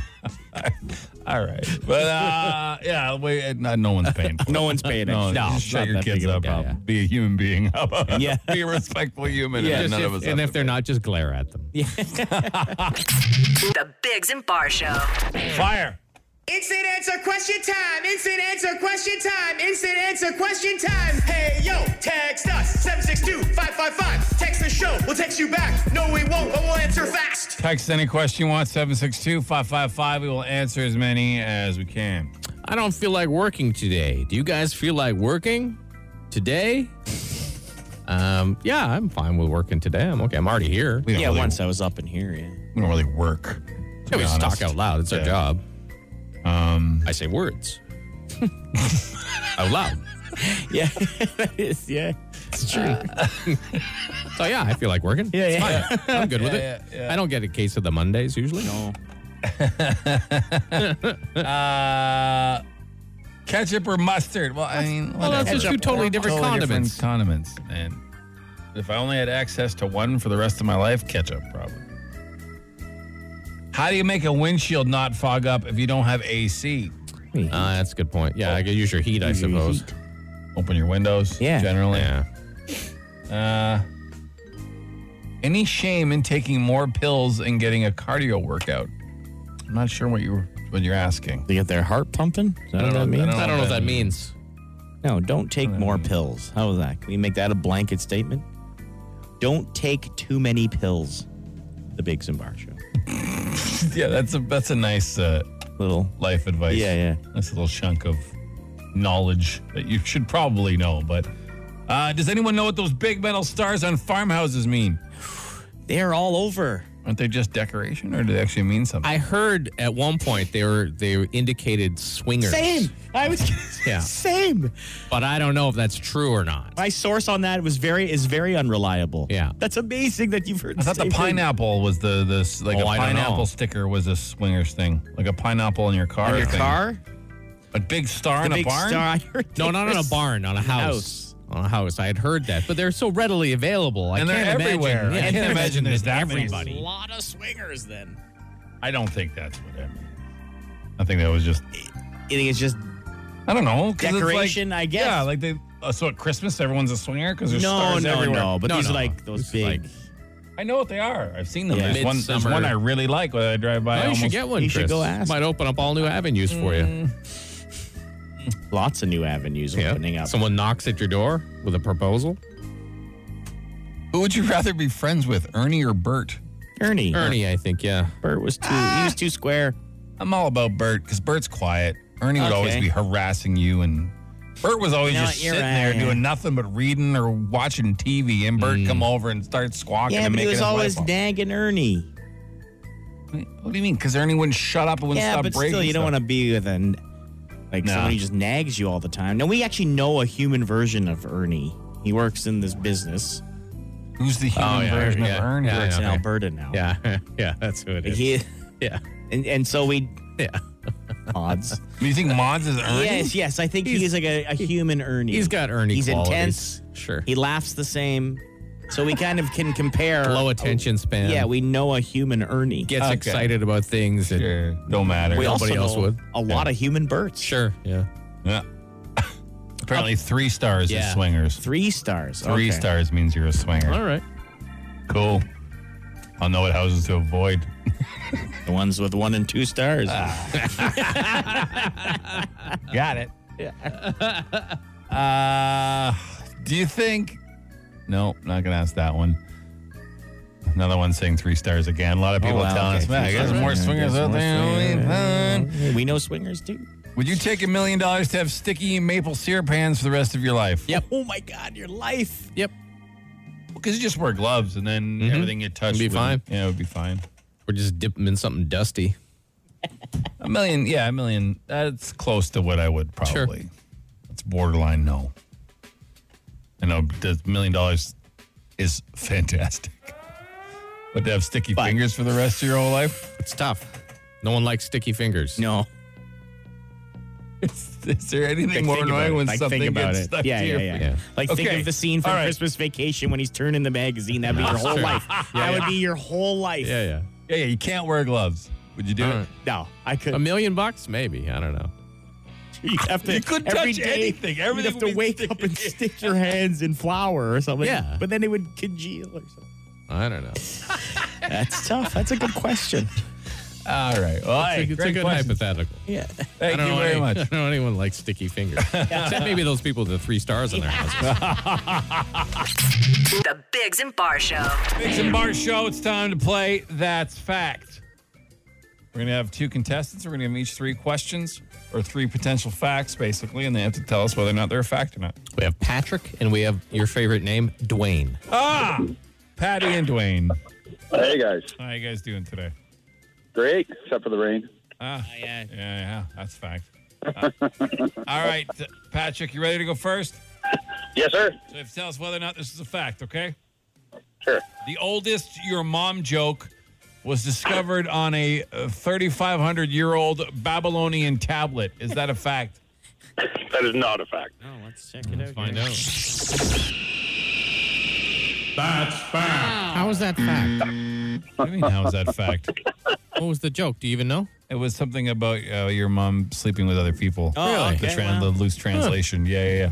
Speaker 2: All right, but uh, yeah, wait, uh, no one's paying for it.
Speaker 4: No one's paying
Speaker 2: No,
Speaker 4: attention.
Speaker 2: just
Speaker 4: it's not
Speaker 2: shut your
Speaker 4: that big
Speaker 2: kids
Speaker 4: of a
Speaker 2: up.
Speaker 4: deal.
Speaker 2: Hub.
Speaker 3: yeah.
Speaker 2: Be a human being. Hub.
Speaker 4: Yeah.
Speaker 2: Be a respectful human.
Speaker 4: Yeah.
Speaker 2: and
Speaker 3: Just
Speaker 2: none
Speaker 3: if-
Speaker 2: of us.
Speaker 3: and
Speaker 2: have
Speaker 3: if they're not, just glare at them.
Speaker 5: The Bigs and Bar Show.
Speaker 2: to. fire,
Speaker 10: Instant answer question time. Instant answer question time. Instant answer question time. Hey yo, text us 762-555. Text the show. We'll text you back. No, we won't, but we'll answer fast.
Speaker 2: Text any question you want, 762 555. We will answer as many as we can.
Speaker 3: I don't feel like working today. Do you guys feel like working today? Um, yeah, I'm fine with working today. I'm okay. I'm already here.
Speaker 2: We don't
Speaker 4: Yeah,
Speaker 2: really,
Speaker 4: once I was up in here. Yeah.
Speaker 2: We don't really work.
Speaker 3: Yeah, we just talk out loud. It's our job.
Speaker 2: Um,
Speaker 3: I say words out loud.
Speaker 4: Yeah. That is- yeah. It's true.
Speaker 3: Uh, So yeah, I feel like working.
Speaker 4: Yeah,
Speaker 3: it's
Speaker 4: yeah.
Speaker 3: fine. I'm good with
Speaker 2: Yeah,
Speaker 3: it.
Speaker 2: yeah, yeah.
Speaker 3: I don't get a case of the Mondays usually. No.
Speaker 2: uh, ketchup or mustard? Well, I mean,
Speaker 3: Well, that's just
Speaker 2: whatever.
Speaker 3: two totally different
Speaker 2: Totally different
Speaker 3: condiments.
Speaker 2: condiments, man. If I only had access to one for the rest of my life, ketchup probably. How do you make a windshield not fog up if you don't have AC?
Speaker 3: Uh, that's a good point. Yeah, I could use your heat, I
Speaker 4: Use your
Speaker 3: suppose.
Speaker 4: heat.
Speaker 2: Open your windows.
Speaker 4: Yeah.
Speaker 2: Generally.
Speaker 3: Yeah.
Speaker 2: Uh, any shame in taking more pills and getting a cardio workout? I'm not sure what you were, what you're asking.
Speaker 4: They get their heart pumping. Is that what that means?
Speaker 3: I don't know what that means.
Speaker 4: No, don't take more pills. How is that? Can we make that a blanket statement? Don't take too many pills. The Big Zimbar Show.
Speaker 2: yeah, that's a that's a nice uh,
Speaker 4: Little.
Speaker 2: life advice.
Speaker 4: Yeah, yeah.
Speaker 2: Nice little chunk of knowledge that you should probably know. But uh, does anyone know what those big metal stars on farmhouses mean?
Speaker 4: They're all over.
Speaker 2: Aren't they just decoration, or do they actually mean something?
Speaker 3: I heard at one point they were they indicated swingers.
Speaker 4: Same. I was.
Speaker 3: Yeah.
Speaker 4: Same.
Speaker 3: But I don't know if that's true or not.
Speaker 4: My source on that was very is very unreliable.
Speaker 3: Yeah.
Speaker 4: That's amazing that you've heard.
Speaker 2: I thought the
Speaker 4: same thing.
Speaker 2: pineapple was the this like
Speaker 3: Oh,
Speaker 2: a
Speaker 3: I don't know.
Speaker 2: pineapple sticker was a swingers thing, like a pineapple in your car.
Speaker 4: On your
Speaker 2: thing.
Speaker 4: car.
Speaker 2: a big star in
Speaker 4: the
Speaker 2: a
Speaker 4: big
Speaker 2: barn.
Speaker 4: star. I heard
Speaker 3: No, not on a
Speaker 4: this.
Speaker 3: barn, on a house.
Speaker 4: house.
Speaker 3: On a house. I had heard that, but they're so readily available. I
Speaker 2: And they're
Speaker 3: can't imagine.
Speaker 2: everywhere. I
Speaker 3: Yeah,
Speaker 2: can't imagine there's that many.
Speaker 3: everybody.
Speaker 4: A lot of swingers. Then
Speaker 2: I don't think that's what I mean. I think that was just
Speaker 4: you think it's just
Speaker 2: I don't know 'cause it's like-
Speaker 4: Decoration, I guess.
Speaker 2: Yeah, like they. Uh, so at Christmas, everyone's a swinger because there's
Speaker 4: no,
Speaker 2: stars
Speaker 4: no,
Speaker 2: everywhere.
Speaker 4: no. But
Speaker 3: No,
Speaker 4: these
Speaker 3: no.
Speaker 4: are like those
Speaker 3: It's
Speaker 4: big.
Speaker 3: like-
Speaker 2: I know what they are. I've seen them.
Speaker 4: Yeah.
Speaker 2: There's, one, there's
Speaker 3: Midsummer.
Speaker 2: one I really like when I drive by.
Speaker 3: Oh, you should
Speaker 2: almost-
Speaker 3: get one.
Speaker 4: You should
Speaker 3: Chris.
Speaker 4: go ask. Mm,
Speaker 3: Might open up all new avenues for you.
Speaker 4: lots of new avenues opening up.
Speaker 3: Someone knocks at your door with a proposal.
Speaker 2: Who would you rather be friends with, Ernie or Bert?
Speaker 4: Ernie.
Speaker 3: Ernie, I think, yeah.
Speaker 4: Bert was too. He was too square.
Speaker 2: I'm all about Bert because Bert's quiet. Ernie would always
Speaker 4: Okay.
Speaker 2: be harassing you, and Bert was always
Speaker 4: You know
Speaker 2: just
Speaker 4: what, you're
Speaker 2: sitting there
Speaker 4: right. Mm.
Speaker 2: doing nothing but reading or watching TV. And Bert come over and start squawking.
Speaker 4: Yeah,
Speaker 2: and
Speaker 4: but he
Speaker 2: making
Speaker 4: was
Speaker 2: his
Speaker 4: always
Speaker 2: wife-
Speaker 4: nagging Ernie.
Speaker 2: What do you mean? Because Ernie wouldn't shut up and wouldn't
Speaker 4: Yeah,
Speaker 2: stop
Speaker 4: but
Speaker 2: breaking.
Speaker 4: still, you don't
Speaker 2: stuff.
Speaker 4: want to be with an like
Speaker 2: Nah.
Speaker 4: someone who just nags you all the time. Now we actually know a human version of Ernie. He works in this business.
Speaker 2: Who's the human
Speaker 3: Oh, yeah,
Speaker 2: version
Speaker 3: yeah,
Speaker 2: of Ernie?
Speaker 3: yeah,
Speaker 4: It's in
Speaker 3: okay.
Speaker 4: Alberta now.
Speaker 3: Yeah, yeah, that's who it
Speaker 4: Like
Speaker 3: is.
Speaker 4: he,
Speaker 3: yeah.
Speaker 4: and, and so we
Speaker 3: Yeah.
Speaker 4: odds.
Speaker 2: Do you think Mons is Ernie?
Speaker 4: Yes, yes. I think he's, like a, a human Ernie.
Speaker 3: He's got Ernie
Speaker 4: He's
Speaker 3: qualities.
Speaker 4: intense.
Speaker 3: Sure.
Speaker 4: He laughs the same. So we kind of can compare.
Speaker 3: Low attention span.
Speaker 4: Yeah, we know a human Ernie.
Speaker 3: gets
Speaker 2: Okay.
Speaker 3: excited about things. And,
Speaker 2: Sure. Don't matter.
Speaker 4: we
Speaker 3: nobody
Speaker 4: also
Speaker 3: else
Speaker 4: know
Speaker 3: would.
Speaker 4: A lot of human birds.
Speaker 3: Sure. Yeah.
Speaker 2: Yeah.
Speaker 4: Oh.
Speaker 2: Apparently, three stars
Speaker 3: Yeah.
Speaker 2: is swingers.
Speaker 4: Three stars.
Speaker 2: Three
Speaker 4: Okay.
Speaker 2: stars means you're a swinger.
Speaker 3: All right.
Speaker 2: Cool. I'll know what houses to avoid.
Speaker 4: The ones with one and two stars.
Speaker 2: Got it. Yeah. uh, do you think? No, not gonna ask that one. Another one saying three stars again. A lot of people
Speaker 4: wow,
Speaker 2: telling
Speaker 4: Oh, okay.
Speaker 2: us, man, I
Speaker 4: Three
Speaker 2: guess
Speaker 4: stars.
Speaker 2: more
Speaker 4: Yeah,
Speaker 2: swingers
Speaker 4: guess
Speaker 2: out
Speaker 4: more
Speaker 2: there.
Speaker 4: swingers.
Speaker 2: man."
Speaker 4: Yeah, we know swingers too.
Speaker 2: Would you take a million dollars to have sticky maple syrup hands for the rest of your life?
Speaker 3: Yep.
Speaker 4: Oh my God, your life.
Speaker 3: Yep.
Speaker 2: Because you just wear gloves and then everything you touch
Speaker 3: It'd be
Speaker 2: would-
Speaker 3: fine.
Speaker 2: Mm-hmm. Yeah, it would be fine.
Speaker 3: Or just dip them in something dusty.
Speaker 2: A million, yeah, a million. That's close to what I would probably. It's borderline no. I know the million dollars is fantastic, but to have sticky fingers for the rest of your whole life,
Speaker 3: It's tough. No one likes sticky fingers.
Speaker 4: No.
Speaker 2: is, is there anything
Speaker 4: Like,
Speaker 2: more
Speaker 4: think about
Speaker 2: annoying
Speaker 4: it.
Speaker 2: when
Speaker 4: Like,
Speaker 2: something
Speaker 4: think about
Speaker 2: gets
Speaker 4: it.
Speaker 2: stuck
Speaker 4: yeah,
Speaker 2: to
Speaker 4: yeah,
Speaker 2: your
Speaker 4: yeah,
Speaker 3: Yeah.
Speaker 4: Like
Speaker 2: Okay.
Speaker 4: think of the scene from
Speaker 2: All right.
Speaker 4: Christmas Vacation when he's turning the magazine. That'd be your whole
Speaker 3: Sure.
Speaker 4: life. that would be your whole life.
Speaker 3: Yeah, yeah.
Speaker 2: Yeah, yeah, you can't wear gloves. Would you do
Speaker 3: All
Speaker 2: it?
Speaker 3: right.
Speaker 4: No, I could.
Speaker 3: A million bucks, maybe. I don't know.
Speaker 4: You have to.
Speaker 2: You couldn't
Speaker 4: every
Speaker 2: touch
Speaker 4: day,
Speaker 2: anything.
Speaker 4: You'd
Speaker 2: Everything
Speaker 4: have to
Speaker 2: would be
Speaker 4: wake up and stick your hands in flour or something.
Speaker 3: Yeah.
Speaker 4: But then it would congeal or something.
Speaker 3: I don't know.
Speaker 4: That's tough. That's a good question.
Speaker 2: All right. Well, hey,
Speaker 3: it's a, it's a
Speaker 2: great
Speaker 3: good
Speaker 2: question.
Speaker 3: hypothetical.
Speaker 4: Yeah. Oh,
Speaker 3: I
Speaker 2: Thank
Speaker 3: don't
Speaker 2: you
Speaker 3: know
Speaker 2: very
Speaker 3: any- I
Speaker 2: much.
Speaker 3: don't know anyone likes sticky fingers. Except maybe those people with the three stars on their house.
Speaker 5: The Bigs and Bar Show.
Speaker 2: Biggs and Bar Show. It's time to play That's Fact. We're going to have two contestants. We're going to give them each three questions or three potential facts, basically, and they have to tell us whether or not they're a fact or not.
Speaker 3: We have Patrick, and we have your favorite name, Dwayne.
Speaker 2: Ah, Patty and Dwayne.
Speaker 11: Hey guys,
Speaker 2: How you guys doing today?
Speaker 11: great except for the rain.
Speaker 2: Ah,
Speaker 4: yeah.
Speaker 2: yeah, yeah, that's fact. Uh, all right, uh, Patrick, you ready to go first?
Speaker 11: Yes, sir.
Speaker 2: So you have to tell us whether or not this is a fact, okay?
Speaker 11: Sure.
Speaker 2: The oldest your mom joke was discovered on a 3,500 year old Babylonian tablet. Is that a fact?
Speaker 11: That is not a fact.
Speaker 4: Oh, let's check it out.
Speaker 3: Find out. That's fact. How was that fact?
Speaker 2: What do you mean, how is that fact?
Speaker 3: What was the joke? Do you even know?
Speaker 2: It was something about uh, your mom sleeping with other people.
Speaker 4: Oh, Really?
Speaker 2: The,
Speaker 4: okay,
Speaker 2: tran- the
Speaker 4: wow.
Speaker 2: loose translation. Yeah, yeah,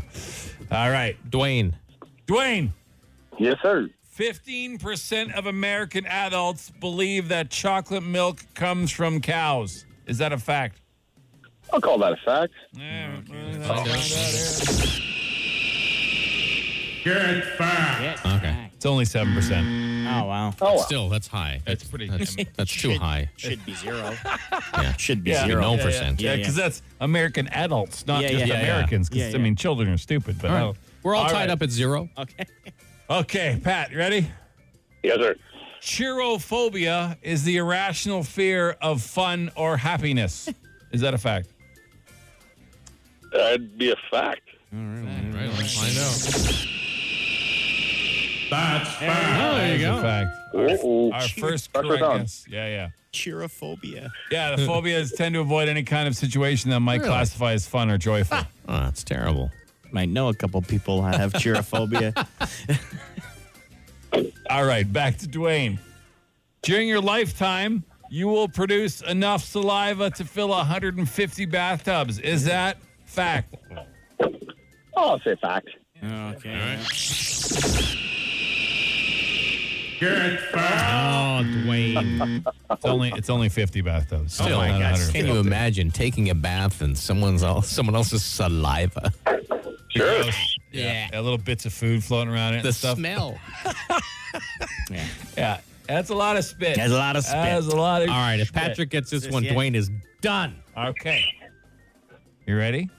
Speaker 2: yeah. All right.
Speaker 3: Dwayne.
Speaker 2: Dwayne,
Speaker 11: Yes, sir.
Speaker 2: 15% of American adults believe that chocolate milk comes from cows. Is that a fact?
Speaker 11: I'll call that a fact.
Speaker 2: Yeah,
Speaker 4: Get
Speaker 3: Okay.
Speaker 4: back.
Speaker 2: It's only 7%.
Speaker 4: Oh, wow.
Speaker 11: Oh, wow.
Speaker 3: Still, that's high.
Speaker 2: That's pretty.
Speaker 3: That's, that's too
Speaker 4: Should-
Speaker 3: high.
Speaker 4: Should be zero.
Speaker 3: Yeah.
Speaker 4: Should be
Speaker 2: Yeah.
Speaker 4: zero.
Speaker 3: No percent.
Speaker 2: Yeah,
Speaker 4: Yeah,
Speaker 2: because
Speaker 4: yeah.
Speaker 2: that's American adults, not
Speaker 4: Yeah,
Speaker 2: just
Speaker 4: yeah, yeah.
Speaker 2: Americans. 'cause,
Speaker 4: Yeah,
Speaker 2: I
Speaker 4: yeah.
Speaker 2: mean, children are stupid, but
Speaker 3: All right.
Speaker 2: oh.
Speaker 3: We're all,
Speaker 2: All
Speaker 3: tied
Speaker 2: right.
Speaker 3: up at zero.
Speaker 4: Okay.
Speaker 2: Okay, Pat, you ready?
Speaker 11: Yes, sir.
Speaker 2: Cheerophobia is the irrational fear of fun or happiness. Is that a fact?
Speaker 11: That'd be a fact.
Speaker 3: All right, let's find out.
Speaker 2: There you go. fact.
Speaker 11: Uh-oh.
Speaker 2: Our first
Speaker 11: Sucker
Speaker 2: correct
Speaker 11: down.
Speaker 2: guess. Yeah, yeah.
Speaker 4: Cheerophobia.
Speaker 2: Yeah, the phobias tend to avoid any kind of situation that might
Speaker 3: Really?
Speaker 2: classify as fun or joyful.
Speaker 3: Oh, that's terrible.
Speaker 4: Might know a couple people that have cheerophobia.
Speaker 2: All right, back to Dwayne. During your lifetime, you will produce enough saliva to fill 150 bathtubs. Is that fact?
Speaker 11: Oh, I'll say fact.
Speaker 4: okay.
Speaker 3: Oh, Dwayne.
Speaker 2: It's only it's only 50 bathtubs.
Speaker 3: Still,
Speaker 2: Still not
Speaker 3: can
Speaker 2: 150.
Speaker 3: you imagine taking a bath in someone's el- someone else's saliva?
Speaker 11: Sure.
Speaker 2: Yeah. yeah, little bits of food floating around it.
Speaker 3: The
Speaker 2: and stuff.
Speaker 3: smell.
Speaker 4: Yeah.
Speaker 2: Yeah, that's a lot of spit.
Speaker 4: That's a lot of spit.
Speaker 2: That's a lot of.
Speaker 3: All right, if Patrick gets this
Speaker 4: This
Speaker 3: one,
Speaker 4: yet?
Speaker 3: Dwayne is done.
Speaker 2: Okay. You ready?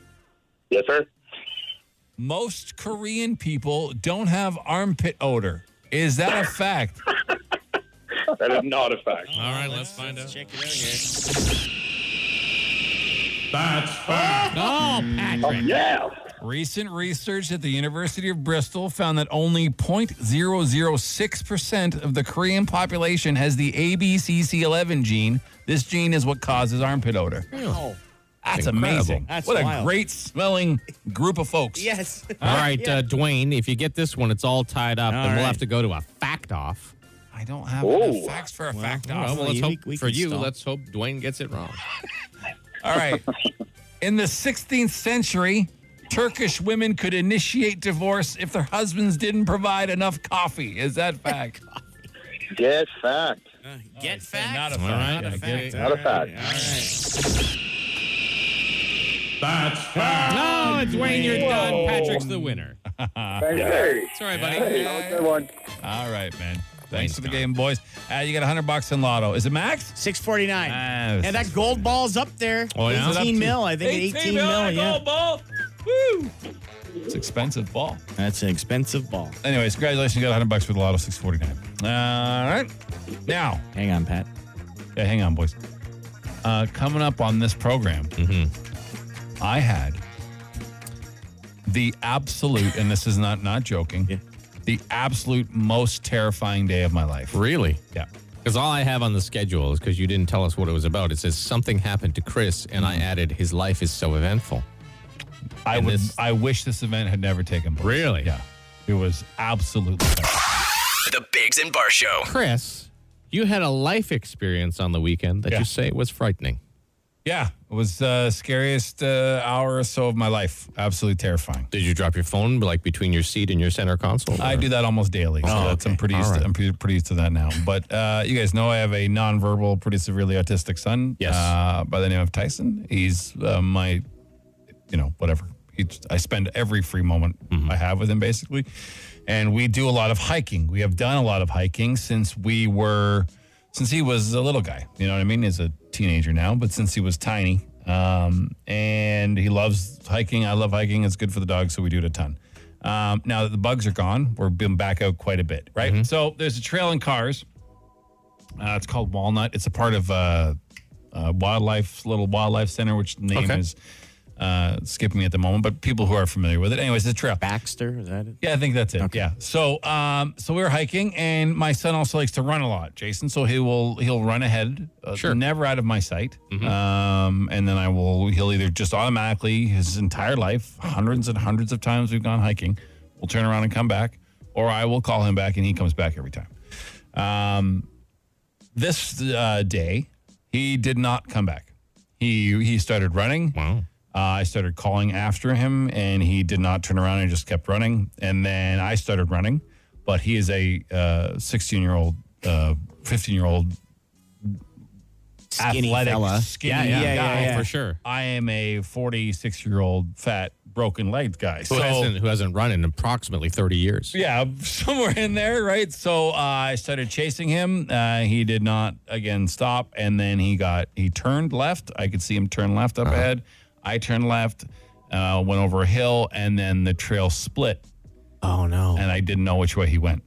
Speaker 11: Yes, sir.
Speaker 2: Most Korean people don't have armpit odor. Is that a fact?
Speaker 11: That is not a fact.
Speaker 3: All right, let's find out.
Speaker 4: Check it out here.
Speaker 3: Oh, Patrick.
Speaker 11: Yeah.
Speaker 2: Recent research at the University of Bristol found that only 0.006% of the Korean population has the ABCC11 gene. This gene is what causes armpit odor.
Speaker 4: Oh.
Speaker 2: That's
Speaker 3: Incredible.
Speaker 2: amazing.
Speaker 4: That's
Speaker 2: what a
Speaker 4: wild.
Speaker 2: great smelling group of folks.
Speaker 4: Yes.
Speaker 3: All right, uh, Dwayne, if you get this one, it's all tied up,
Speaker 4: All
Speaker 3: and we'll
Speaker 4: right.
Speaker 3: have to go to a fact off.
Speaker 2: I don't have
Speaker 11: Whoa.
Speaker 2: enough facts for a fact off.
Speaker 3: Well,
Speaker 4: well,
Speaker 3: let's
Speaker 4: you-
Speaker 3: hope
Speaker 4: we- we
Speaker 3: for
Speaker 4: can
Speaker 3: you.
Speaker 4: stop.
Speaker 3: Let's hope Dwayne gets it wrong.
Speaker 2: All right. In the 16th century, Turkish women could initiate divorce if their husbands didn't provide enough coffee. Is that fact?
Speaker 11: Yes, fact.
Speaker 4: Get
Speaker 2: Say
Speaker 4: fact.
Speaker 2: Not a
Speaker 3: All
Speaker 2: fact.
Speaker 3: right, I
Speaker 2: Yeah, get
Speaker 11: Not a fact.
Speaker 3: No, it's Dwayne, you're done. Patrick's the winner.
Speaker 11: Hey,
Speaker 3: Sorry, buddy.
Speaker 11: hey, good one.
Speaker 2: it. All right, man. Thanks
Speaker 3: Wayne's
Speaker 2: for the
Speaker 3: gone.
Speaker 2: game, boys. Uh, you got 100 bucks in lotto. Is it max?
Speaker 4: 649.
Speaker 2: Ah,
Speaker 4: and that gold ball's up there.
Speaker 3: Oh, yeah?
Speaker 4: 18 mil, I think. 18, mil,
Speaker 2: and a
Speaker 4: yeah.
Speaker 2: gold ball. Woo! It's expensive ball.
Speaker 4: That's an expensive ball.
Speaker 2: Anyways, congratulations. You got 100 bucks for the lotto 649. All right. Now,
Speaker 4: Hang on, Pat.
Speaker 2: Yeah, hang on, boys. Uh, coming up on this program, Mm-hmm. I had the absolute, and this is not not joking,
Speaker 4: Yeah.
Speaker 2: the absolute most terrifying day of my life.
Speaker 3: Really?
Speaker 2: Yeah.
Speaker 3: Because all I have on the schedule is because you didn't tell us what it was about. It says something happened to Chris, and I added his life is so eventful.
Speaker 2: I
Speaker 3: And
Speaker 2: would.
Speaker 3: this-
Speaker 2: I wish this event had never taken place.
Speaker 3: Really?
Speaker 2: Yeah. It was absolutely. terrifying.
Speaker 1: The Bigs and Bar Show.
Speaker 3: Chris, you had a life experience on the weekend that
Speaker 2: Yeah.
Speaker 3: you say was frightening.
Speaker 2: Yeah, it was the scariest uh, hour or so of my life. Absolutely terrifying.
Speaker 3: Did you drop your phone like between your seat and your center console?
Speaker 2: I do that almost daily. So that's, I'm pretty used
Speaker 3: All
Speaker 2: to,
Speaker 3: right.
Speaker 2: I'm pretty, pretty used to that now. But uh, you guys know I have a nonverbal, pretty severely autistic son.
Speaker 3: Yes.
Speaker 2: Uh, by the name of Tyson. He's uh, my, you know, whatever. He's, I spend every free moment I have with him basically, and we do a lot of hiking. We have done a lot of hiking since we were, since he was a little guy. You know what I mean? He's a teenager now, but since he was tiny. Um, and he loves hiking. I love hiking. It's good for the dog, so we do it a ton. Um, now that the bugs are gone, we're been back out quite a bit, right? So there's a trail in cars. Uh, it's called Walnut. It's a part of uh, uh, wildlife little wildlife center, which the name
Speaker 3: Okay.
Speaker 2: is uh, skipping me at the moment. But people who are familiar with it, anyways, it's a trail.
Speaker 4: Baxter, is that it?
Speaker 2: Yeah, I think that's it. Yeah. So, um, so we were hiking, and my son also likes to run a lot, Jason. So he will he'll run ahead, uh,
Speaker 3: Sure.
Speaker 2: never out of my sight. Um, and then I will he'll either just automatically his entire life, hundreds and hundreds of times we've gone hiking, we'll turn around and come back, or I will call him back and he comes back every time. Um, this uh, day, he did not come back. He he started running.
Speaker 3: Wow.
Speaker 2: Uh, I started calling after him, and he did not turn around. He just kept running, and then I started running. But he is a uh, sixteen-year-old, uh, fifteen-year-old
Speaker 4: Skinny
Speaker 2: athletic,
Speaker 4: fella.
Speaker 2: skinny
Speaker 4: Yeah, yeah,
Speaker 2: guy.
Speaker 4: yeah, yeah.
Speaker 3: For sure.
Speaker 2: I am a forty-six-year-old fat, broken leg guy.
Speaker 3: Who, hasn't, who hasn't run in approximately 30 years?
Speaker 2: Yeah, somewhere in there, right? So uh, I started chasing him. Uh, he did not again stop, and then he got he turned left. I could see him turn left
Speaker 4: Uh-huh.
Speaker 2: up ahead. I turned left, uh, went over a hill, and then the trail split,
Speaker 4: Oh no.
Speaker 2: and I didn't know which way he went.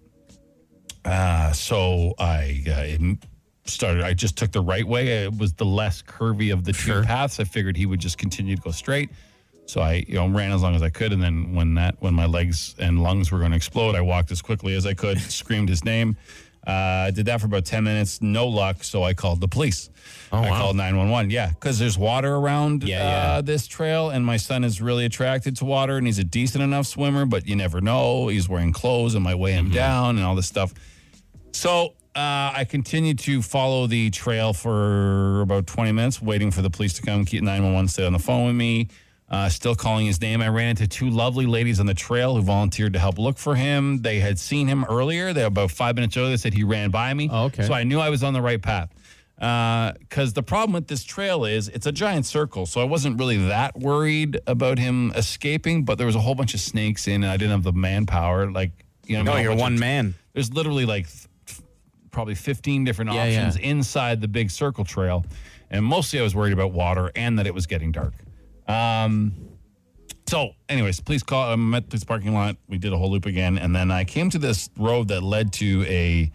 Speaker 2: Uh, so I uh, im- started. I just took the right way. It was the less curvy of the two paths. I figured he would just continue to go straight. So I, you know, ran as long as I could, and then when that, when my legs and lungs were going to explode, I walked as quickly as I could, screamed his name. Uh, I did that for about ten minutes, no luck. So I called the police. I
Speaker 3: Oh, wow.
Speaker 2: called nine one one. Yeah, because there's water around
Speaker 3: Yeah,
Speaker 2: uh,
Speaker 3: yeah.
Speaker 2: this trail, and my son is really attracted to water, and he's a decent enough swimmer, but you never know. He's wearing clothes, and I weigh
Speaker 3: Mm-hmm.
Speaker 2: him down, and all this stuff. So uh, I continued to follow the trail for about 20 minutes, waiting for the police to come. Keep 911 stayed on the phone with me, uh, still calling his name. I ran into two lovely ladies on the trail who volunteered to help look for him. They had seen him earlier. They about five minutes earlier. They said he ran by me.
Speaker 3: Oh, okay.
Speaker 2: So I knew I was on the right path. Because the problem with this trail is it's a giant circle, so I wasn't really that worried about him escaping. But there was a whole bunch of snakes in, and I didn't have the manpower. Like, you know,
Speaker 4: No,
Speaker 2: a whole
Speaker 4: you're
Speaker 2: bunch of
Speaker 4: one man.
Speaker 2: there's literally like f- f- probably 15 different
Speaker 4: Yeah,
Speaker 2: options
Speaker 4: yeah.
Speaker 2: inside the big circle trail and mostly i was worried about water and that it was getting dark um, so anyways police call i met this parking lot we did a whole loop again and then i came to this road that led to a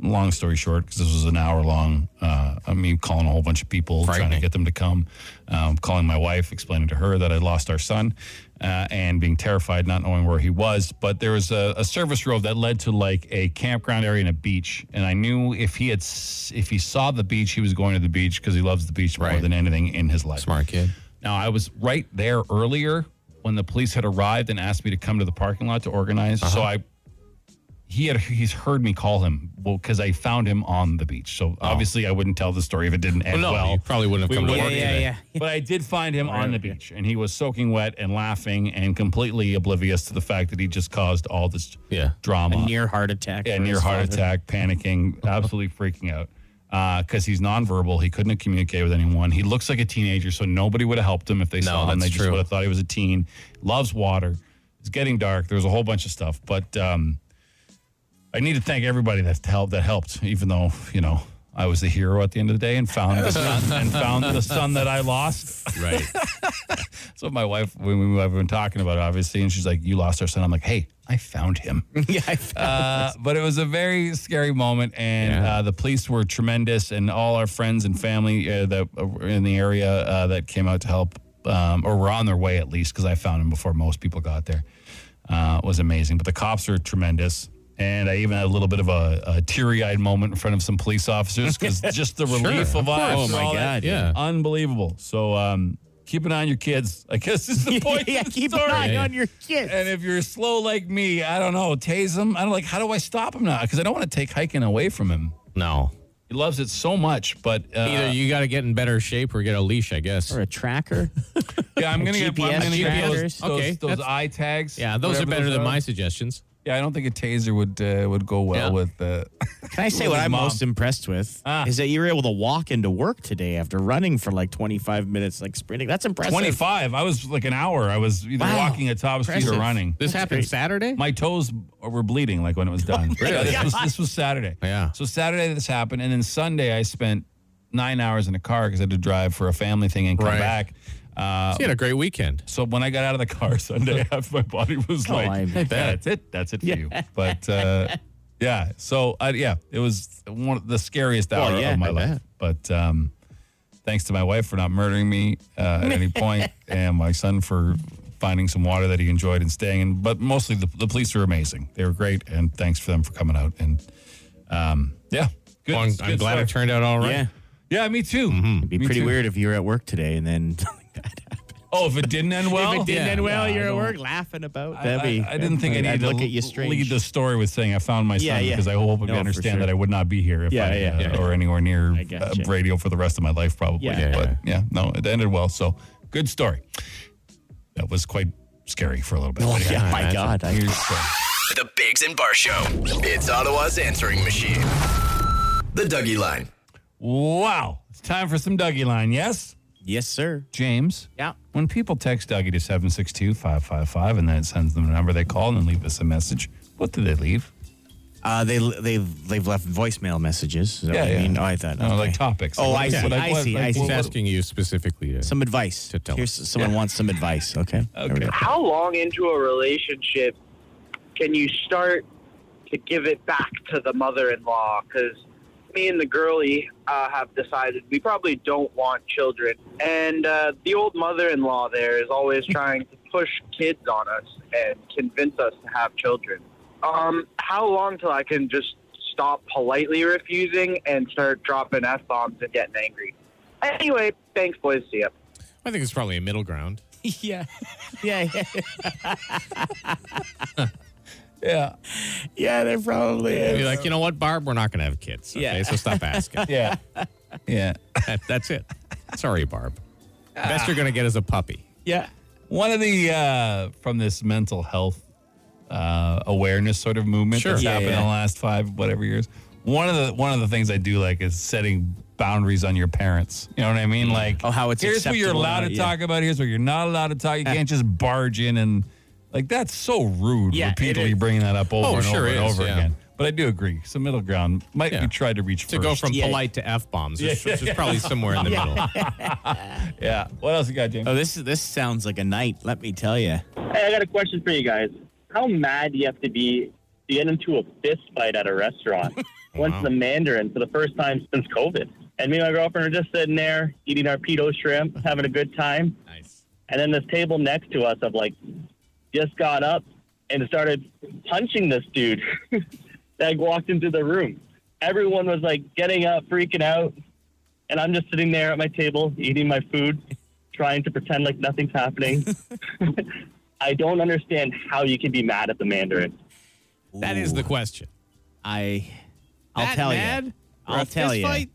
Speaker 2: long story short because this was an hour long uh, i mean calling a whole bunch of people trying to
Speaker 3: Frightening.
Speaker 2: get them to come um, calling my wife explaining to her that i lost our son uh, and being terrified not knowing where he was but there was a, a service road that led to like a campground area and a beach and i knew if he had s- if he saw the beach he was going to the beach because he loves the beach more
Speaker 3: Right.
Speaker 2: than anything in his life
Speaker 3: Smart kid.
Speaker 2: now, I was right there earlier when the police had arrived and asked me to come to the parking lot to organize. So
Speaker 3: Uh-huh.
Speaker 2: I, he had he's heard me call him well because I found him on the beach. So obviously I wouldn't tell the story if it didn't end well.
Speaker 3: Oh. you probably wouldn't Oh, have
Speaker 2: We
Speaker 3: come to
Speaker 2: wouldn't
Speaker 3: work
Speaker 2: have
Speaker 3: today.
Speaker 2: But I did find him on the beach, and he was soaking wet and laughing and completely oblivious to the fact that he just caused all this
Speaker 3: Yeah.
Speaker 2: drama.
Speaker 4: A near heart attack.
Speaker 2: Yeah,
Speaker 4: for
Speaker 2: near
Speaker 4: his
Speaker 2: heart
Speaker 4: father.
Speaker 2: attack, panicking, absolutely freaking out. Because he's nonverbal, he couldn't communicate with anyone. He looks like a teenager, so nobody would have helped him if they saw him.
Speaker 3: that's
Speaker 2: They just
Speaker 3: true.
Speaker 2: would have thought he was a teen. Loves water. It's getting dark. There's a whole bunch of stuff, but um, I need to thank everybody that helped. That helped, even though you know I was the hero at the end of the day and found the son, and found the son that I lost.
Speaker 3: Right.
Speaker 2: So my wife, we, we, I've been talking about it, obviously, and she's like, "You lost our son." I'm like, "Hey, I found him."
Speaker 4: yeah, I found
Speaker 2: Uh, but it was a very scary moment, and
Speaker 3: Yeah.
Speaker 2: uh, the police were tremendous, and all our friends and family uh, that were in the area uh, that came out to help, um, or were on their way at least, because I found them before most people got there, uh, was amazing. But the cops were tremendous. And I even had a little bit of a, a teary-eyed moment in front of some police officers because just the relief of, eyes.
Speaker 4: course.
Speaker 2: and
Speaker 4: Oh, my
Speaker 2: all that,
Speaker 4: God, yeah.
Speaker 2: unbelievable. So um, keep an eye on your kids. I guess is the point. of
Speaker 4: yeah,
Speaker 2: the
Speaker 4: keep an
Speaker 2: story.
Speaker 4: eye on your kids.
Speaker 2: And if you're slow like me, I don't know, tase him. I don't like, how do I stop him now? Because I don't want to take hiking away from him.
Speaker 3: No.
Speaker 2: He He loves it so much, but uh,
Speaker 3: Either you got to get in better shape or get a leash, I guess.
Speaker 4: or a tracker.
Speaker 2: yeah, I'm gonna get, I'm
Speaker 4: GPS
Speaker 2: gonna get those,
Speaker 4: trackers.
Speaker 2: those,
Speaker 3: Okay,
Speaker 2: those
Speaker 3: that's-
Speaker 2: eye tags.
Speaker 3: yeah, those are
Speaker 2: whatever
Speaker 3: better than my suggestions.
Speaker 2: Yeah, I don't think a taser would uh, would go well
Speaker 3: Yeah.
Speaker 2: with. Uh,
Speaker 4: Can I say what I'm
Speaker 2: Mom.
Speaker 4: most impressed with is that you were able to walk into work today after running for like 25 minutes, like sprinting. That's impressive.
Speaker 2: 25. I was like an hour. I was either
Speaker 4: Wow.
Speaker 2: walking at top speed or
Speaker 4: Impressive.
Speaker 2: running.
Speaker 3: This happened Saturday?
Speaker 2: My toes were bleeding like when it was done. Yeah, this, was, this was Saturday.
Speaker 3: Yeah.
Speaker 2: So Saturday this happened, and then Sunday I spent nine hours in a car because I had to drive for a family thing and come
Speaker 3: Right.
Speaker 2: back. Uh,
Speaker 3: She had a great weekend.
Speaker 2: so when I got out of the car Sunday, half my body was like,
Speaker 4: Oh, I
Speaker 2: "Yeah, "That's it, that's it for you." But uh, yeah, so uh, yeah, it was one of the scariest hour
Speaker 4: yeah,
Speaker 2: of my
Speaker 4: I
Speaker 2: life. But um, thanks to my wife for not murdering me uh, at any point, and my son for finding some water that he enjoyed and staying. in. but mostly the, the police were amazing; they were great, and thanks for them for coming out. And um, yeah, good.
Speaker 3: Well, I'm,
Speaker 2: it's a
Speaker 3: I'm
Speaker 2: good
Speaker 3: glad it
Speaker 2: story.
Speaker 3: turned out all right.
Speaker 4: Yeah.
Speaker 2: Yeah, me too.
Speaker 4: It'd be
Speaker 2: Me
Speaker 4: pretty
Speaker 2: too.
Speaker 4: weird if you were at work today and then something bad happened.
Speaker 2: Oh, if it didn't end well,
Speaker 4: if it didn't
Speaker 2: Yeah.
Speaker 4: end well,
Speaker 2: Yeah,
Speaker 4: you're
Speaker 2: I
Speaker 4: at
Speaker 2: don't-
Speaker 4: work laughing about.
Speaker 2: I-
Speaker 4: That'd be,
Speaker 2: I, I didn't think I
Speaker 4: I'd
Speaker 2: needed to
Speaker 4: look at you
Speaker 2: l-
Speaker 4: strange.
Speaker 2: lead the story with saying I found my son
Speaker 4: Yeah, yeah.
Speaker 2: because I hope you
Speaker 4: No, for
Speaker 2: understand
Speaker 4: sure.
Speaker 2: that I would not be here if
Speaker 4: Yeah,
Speaker 2: I,
Speaker 4: yeah,
Speaker 2: uh,
Speaker 4: yeah.
Speaker 2: or anywhere near
Speaker 4: I gotcha.
Speaker 2: uh, radio for the rest of my life probably.
Speaker 4: Yeah. Yeah,
Speaker 2: but yeah. no, it ended well. So good story. That was quite scary for a little bit.
Speaker 4: Oh,
Speaker 2: But
Speaker 4: yeah, my
Speaker 2: that's-
Speaker 4: God, I-
Speaker 2: here's, uh,
Speaker 1: The Bigs and Bar Show. It's Ottawa's answering machine. The Dougie Line.
Speaker 2: wow, it's time for some Dougie line. Yes,
Speaker 4: yes, sir.
Speaker 2: James.
Speaker 4: Yeah.
Speaker 2: When people text Dougie to 762-555 and then it sends them a number they call and then leave us a message, what do they leave?
Speaker 4: Uh, they they've they've left voicemail messages. Is that what you mean? Oh, I thought.
Speaker 2: No, like
Speaker 4: okay.
Speaker 2: topics.
Speaker 4: Oh,
Speaker 2: Like, what-
Speaker 4: I see.
Speaker 2: like,
Speaker 4: I
Speaker 2: what-
Speaker 4: see.
Speaker 2: like,
Speaker 4: I see.
Speaker 2: what-
Speaker 3: He's asking you specifically. To,
Speaker 4: Some advice.
Speaker 3: To tell
Speaker 4: Here's someone wants some advice. Okay.
Speaker 2: Okay.
Speaker 8: how long into a relationship can you start to give it back to the mother-in-law? Because me and the girlie uh, have decided we probably don't want children, and uh, the old mother-in-law there is always trying to push kids on us and convince us to have children. Um, how long till I can just stop politely refusing and start dropping f bombs and getting angry? Anyway, thanks, boys. See ya.
Speaker 3: I think it's probably a middle ground.
Speaker 4: yeah. Yeah. Yeah.
Speaker 2: Yeah.
Speaker 4: Yeah. They're probably.
Speaker 3: You're like, you know what, Barb? We're not going to have kids. Okay,
Speaker 4: Yeah.
Speaker 3: so stop asking.
Speaker 2: Yeah. Yeah.
Speaker 3: That- that's it. Sorry, Barb.
Speaker 4: Ah.
Speaker 3: Best you're going to get is a puppy.
Speaker 4: Yeah.
Speaker 2: One of the uh from this mental health uh awareness sort of movement
Speaker 3: Sure.
Speaker 2: that's
Speaker 4: Yeah,
Speaker 2: happened
Speaker 4: yeah.
Speaker 2: in the last five whatever years. One of the one of the things I do like is setting boundaries on your parents. You know what I mean? Like
Speaker 4: Oh, how it's
Speaker 2: here's what you're
Speaker 4: acceptable
Speaker 2: allowed
Speaker 4: and
Speaker 2: to
Speaker 4: what- yeah.
Speaker 2: talk about, here's what you're not allowed to talk. You can't just barge in and like that's so rude
Speaker 4: Yeah, it
Speaker 2: repeatedly
Speaker 4: is.
Speaker 2: bringing that up over
Speaker 3: Oh,
Speaker 2: and
Speaker 3: sure
Speaker 2: over and
Speaker 3: is,
Speaker 2: over
Speaker 3: yeah.
Speaker 2: again. But I do agree. Some middle ground might
Speaker 3: Yeah.
Speaker 2: be tried to reach
Speaker 3: To
Speaker 2: first.
Speaker 3: go from
Speaker 4: Yeah.
Speaker 3: polite to F bombs,
Speaker 2: Yeah,
Speaker 3: which,
Speaker 2: yeah,
Speaker 3: which is
Speaker 2: yeah.
Speaker 3: probably somewhere in the middle.
Speaker 2: yeah. What else you got, James?
Speaker 4: Oh, this this sounds like a night. Let me tell you.
Speaker 8: Hey, I got a question for you guys. How mad do you have to be to get into a fist fight at a restaurant? Went
Speaker 3: Wow.
Speaker 8: to the Mandarin for the first time since COVID. And me and my girlfriend are just sitting there eating our pito shrimp, having a good time.
Speaker 3: Nice.
Speaker 8: And then this table next to us, I've like just got up and started punching this dude that walked into the room. Everyone was like getting up, freaking out. And I'm just sitting there at my table eating my food, trying to pretend like nothing's happening. I don't understand how you can be mad at the Mandarin.
Speaker 3: That is the question.
Speaker 4: I. I'll
Speaker 3: That
Speaker 4: tell
Speaker 3: mad?
Speaker 4: you.
Speaker 3: For a
Speaker 4: I'll tell
Speaker 3: fist
Speaker 4: you.
Speaker 3: fight?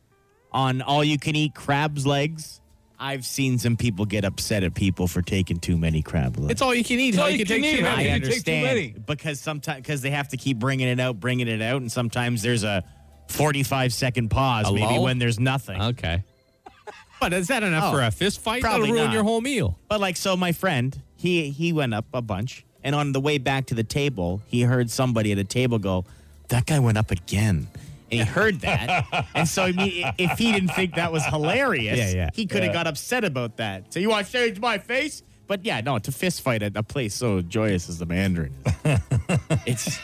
Speaker 4: On all you can eat crab's legs, I've seen some people get upset at people for taking too many crab legs.
Speaker 3: It's all you can eat.
Speaker 2: all
Speaker 3: How
Speaker 2: you
Speaker 3: you
Speaker 2: can
Speaker 3: can take
Speaker 2: eat,
Speaker 3: too
Speaker 2: right?
Speaker 3: many?
Speaker 4: I
Speaker 2: You can take too many.
Speaker 4: understand because sometimes because they have to keep bringing it out, bringing it out, and sometimes there's a 45 second pause,
Speaker 3: A
Speaker 4: maybe
Speaker 3: lull?
Speaker 4: when there's nothing.
Speaker 3: Okay. But is that enough
Speaker 4: Oh,
Speaker 3: for a fist fight? That'll
Speaker 4: probably
Speaker 3: ruin
Speaker 4: not.
Speaker 3: your whole meal.
Speaker 4: But like, so my friend, he he went up a bunch, and on the way back to the table, he heard somebody at a table go, "That guy went up again." And he heard that, and so I mean, i- if he didn't think that was hilarious,
Speaker 3: Yeah, yeah.
Speaker 4: he could have got upset about that. So you want to change my face? But yeah, no, to fist fight at a place so joyous as the Mandarin, is. it's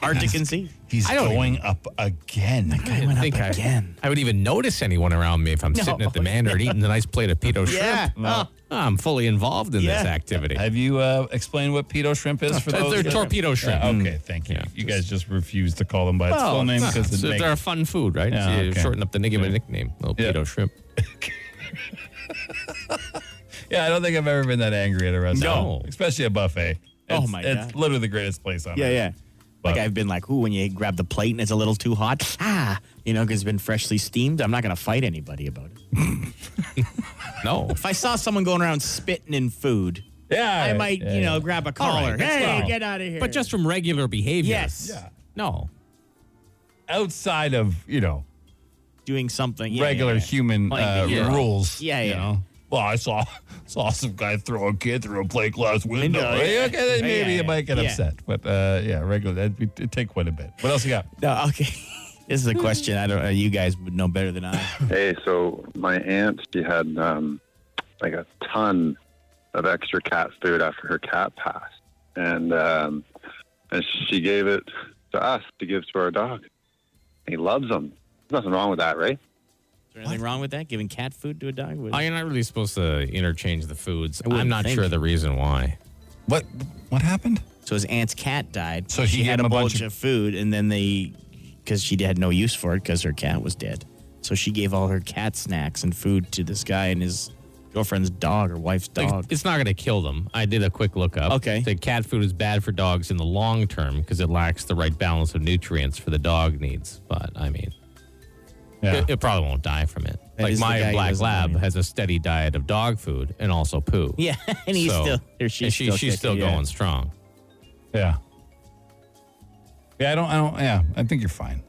Speaker 4: hard to conceive.
Speaker 2: He's
Speaker 3: I don't
Speaker 2: going up again.
Speaker 3: I didn't
Speaker 4: went up
Speaker 3: think I,
Speaker 4: again.
Speaker 3: I would even notice anyone around me if I'm
Speaker 4: No.
Speaker 3: sitting at the Mandarin eating a nice plate of pito
Speaker 4: Yeah.
Speaker 3: shrimp. Oh, I'm fully involved in this
Speaker 4: Yeah.
Speaker 3: activity.
Speaker 2: Have you uh, explained what pedo shrimp is for
Speaker 3: They're
Speaker 2: those? that-
Speaker 3: torpedo shrimp.
Speaker 2: Yeah, okay, thank you.
Speaker 3: Yeah,
Speaker 2: you guys just refuse to call them by its full name because
Speaker 3: it's-
Speaker 2: it makes
Speaker 3: Oh, ah, they're a fun food, right?
Speaker 2: Yeah,
Speaker 3: So you
Speaker 2: okay.
Speaker 3: Shorten up the nigga nickname, little
Speaker 2: Yeah.
Speaker 3: pedo shrimp.
Speaker 2: Yeah, I don't think I've ever been that angry at a restaurant.
Speaker 3: No.
Speaker 2: especially a buffet.
Speaker 4: Oh
Speaker 2: It's-
Speaker 4: my
Speaker 2: It's
Speaker 4: God.
Speaker 2: literally the greatest place on
Speaker 4: Yeah,
Speaker 2: earth.
Speaker 4: yeah. Like I've been like, ooh, when you grab the plate and it's a little too hot, ah, you know, because it's been freshly steamed. I'm not going to fight anybody about it.
Speaker 3: no.
Speaker 4: If I saw someone going around spitting in food,
Speaker 2: yeah,
Speaker 4: I might, you know, grab a collar.
Speaker 3: right, that's
Speaker 4: hey,
Speaker 3: fine.
Speaker 4: get out of here.
Speaker 3: But just from regular behavior.
Speaker 4: yes,
Speaker 3: No.
Speaker 2: outside of you know
Speaker 4: doing something yeah,
Speaker 2: regular
Speaker 4: yeah, yeah.
Speaker 2: human
Speaker 4: Like,
Speaker 2: uh,
Speaker 4: yeah.
Speaker 2: rules.
Speaker 4: Yeah,
Speaker 2: you
Speaker 4: yeah.
Speaker 2: know? Well, I saw saw some guy throw a kid through a plate glass window.
Speaker 4: Window,
Speaker 2: Hey,
Speaker 4: yeah.
Speaker 2: Okay, then
Speaker 4: Yeah,
Speaker 2: maybe
Speaker 4: yeah,
Speaker 2: it might get
Speaker 4: yeah.
Speaker 2: upset, but uh, yeah, regular. That'd be, it'd take quite a bit. What else you got?
Speaker 4: No, okay. this is a question. I don't. Uh, you guys would know better than I.
Speaker 12: Hey, so my aunt, she had um, like a ton of extra cat food after her cat passed, and um, and she gave it to us to give to our dog. He loves them. There's nothing wrong with that, right?
Speaker 4: Is there anything wrong with that? Giving cat food to a dog? Would-
Speaker 3: Oh, you're not really supposed to interchange the foods.
Speaker 4: I wouldn't
Speaker 3: I'm not
Speaker 4: think.
Speaker 3: sure the reason why.
Speaker 2: What what happened?
Speaker 4: so his aunt's cat died.
Speaker 2: So she
Speaker 4: she
Speaker 2: gave
Speaker 4: had
Speaker 2: him
Speaker 4: a
Speaker 2: a bunch
Speaker 4: bunch, of-, food, and then they, because she had no use for it, because her cat was dead. So she gave all her cat snacks and food to this guy and his girlfriend's dog or wife's
Speaker 3: Like,
Speaker 4: dog.
Speaker 3: it's not going to kill them. I did a quick look up.
Speaker 4: Oh. Okay.
Speaker 3: The cat food is bad for dogs in the long term because it lacks the right balance of nutrients for the dog needs. But I mean,
Speaker 2: Yeah.
Speaker 3: it, it probably won't die from it.
Speaker 4: That
Speaker 3: like
Speaker 4: is the guy
Speaker 3: my
Speaker 4: who
Speaker 3: black
Speaker 4: was
Speaker 3: lab
Speaker 4: lying.
Speaker 3: has a steady diet of dog food and also poo.
Speaker 4: yeah, and he's
Speaker 3: So-
Speaker 4: still. Or she's
Speaker 3: and she,
Speaker 4: still,
Speaker 3: she's still
Speaker 4: kicking, yeah.
Speaker 3: going strong.
Speaker 2: Yeah. Yeah, I don't. I don't. Yeah, I think you're fine.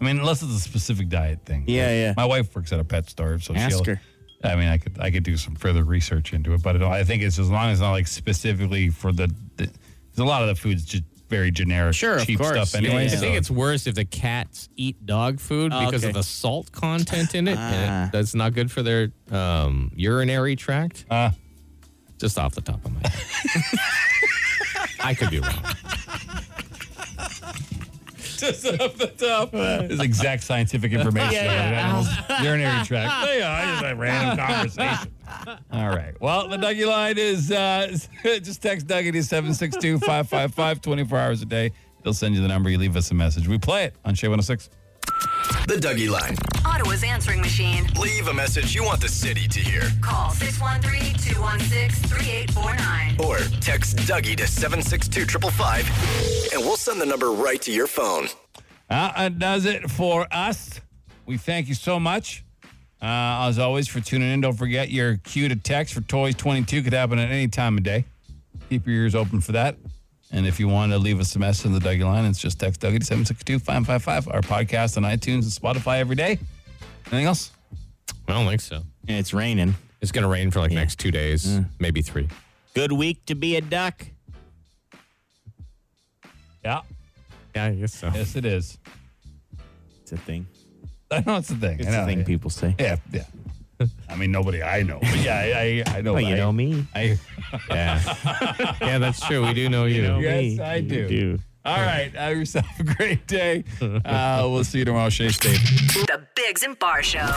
Speaker 2: I mean, unless it's a specific diet thing.
Speaker 4: Yeah, yeah.
Speaker 2: My wife works at a pet store, so
Speaker 4: Ask
Speaker 2: she'll.
Speaker 4: her.
Speaker 2: I mean, I could I could do some further research into it, but I, don't, I think it's as long as it's not like specifically for the. Because a lot of the food's just very generic,
Speaker 4: Sure, of
Speaker 2: cheap
Speaker 4: course.
Speaker 2: stuff. Anyway,
Speaker 4: Yeah, yeah.
Speaker 3: I think it's worse if the cats eat dog food
Speaker 4: Oh,
Speaker 3: because
Speaker 4: okay.
Speaker 3: of the salt content in it. and
Speaker 4: Ah.
Speaker 3: it- that's not good for their um, urinary tract.
Speaker 2: Ah.
Speaker 3: Just off the top of my head. I could be wrong.
Speaker 2: just off the top. It's exact scientific information about animals' urinary tract. Oh, yeah, I just a random conversation. All right. Well, the Dougie line is uh, just text Dougie to 762 555 24 hours a day. They'll send you the number. You leave us a message. We play it on Shea 106.
Speaker 1: The Dougie Line.
Speaker 5: Ottawa's answering machine.
Speaker 1: Leave a message you want the city to hear.
Speaker 5: Call 613 216 3849.
Speaker 1: Or text Dougie to 762 555 and we'll send the number right to your phone.
Speaker 2: That does Uh, it for us. We thank you so much. Uh, as always, for tuning in. Don't forget your cue to text for Toys 22 could happen at any time of day. Keep your ears open for that. And if you want to leave us a message on the Dougie line, it's just text Dougie to 762 555. Our podcast on iTunes and Spotify every day. Anything else?
Speaker 3: I don't think so.
Speaker 4: And it's raining.
Speaker 3: It's going to rain for like next two days,
Speaker 4: Mm.
Speaker 3: maybe three.
Speaker 4: Good week to be a duck.
Speaker 2: Yeah.
Speaker 3: Yeah, I guess so.
Speaker 2: Yes, it is.
Speaker 4: It's a thing.
Speaker 2: I know it's the thing.
Speaker 4: It's
Speaker 2: I know.
Speaker 4: a thing people say.
Speaker 2: Yeah, yeah. I mean, nobody I know. But yeah, I, I, I know.
Speaker 4: Well, you
Speaker 2: I-
Speaker 4: know me.
Speaker 2: I,
Speaker 3: Yeah. yeah, that's true. We do know you.
Speaker 2: yes,
Speaker 4: me.
Speaker 2: I
Speaker 4: You
Speaker 2: do. All right. Have yourself a great day. Uh, we'll see you tomorrow. Shea State.
Speaker 5: The Bigs and Bar Show.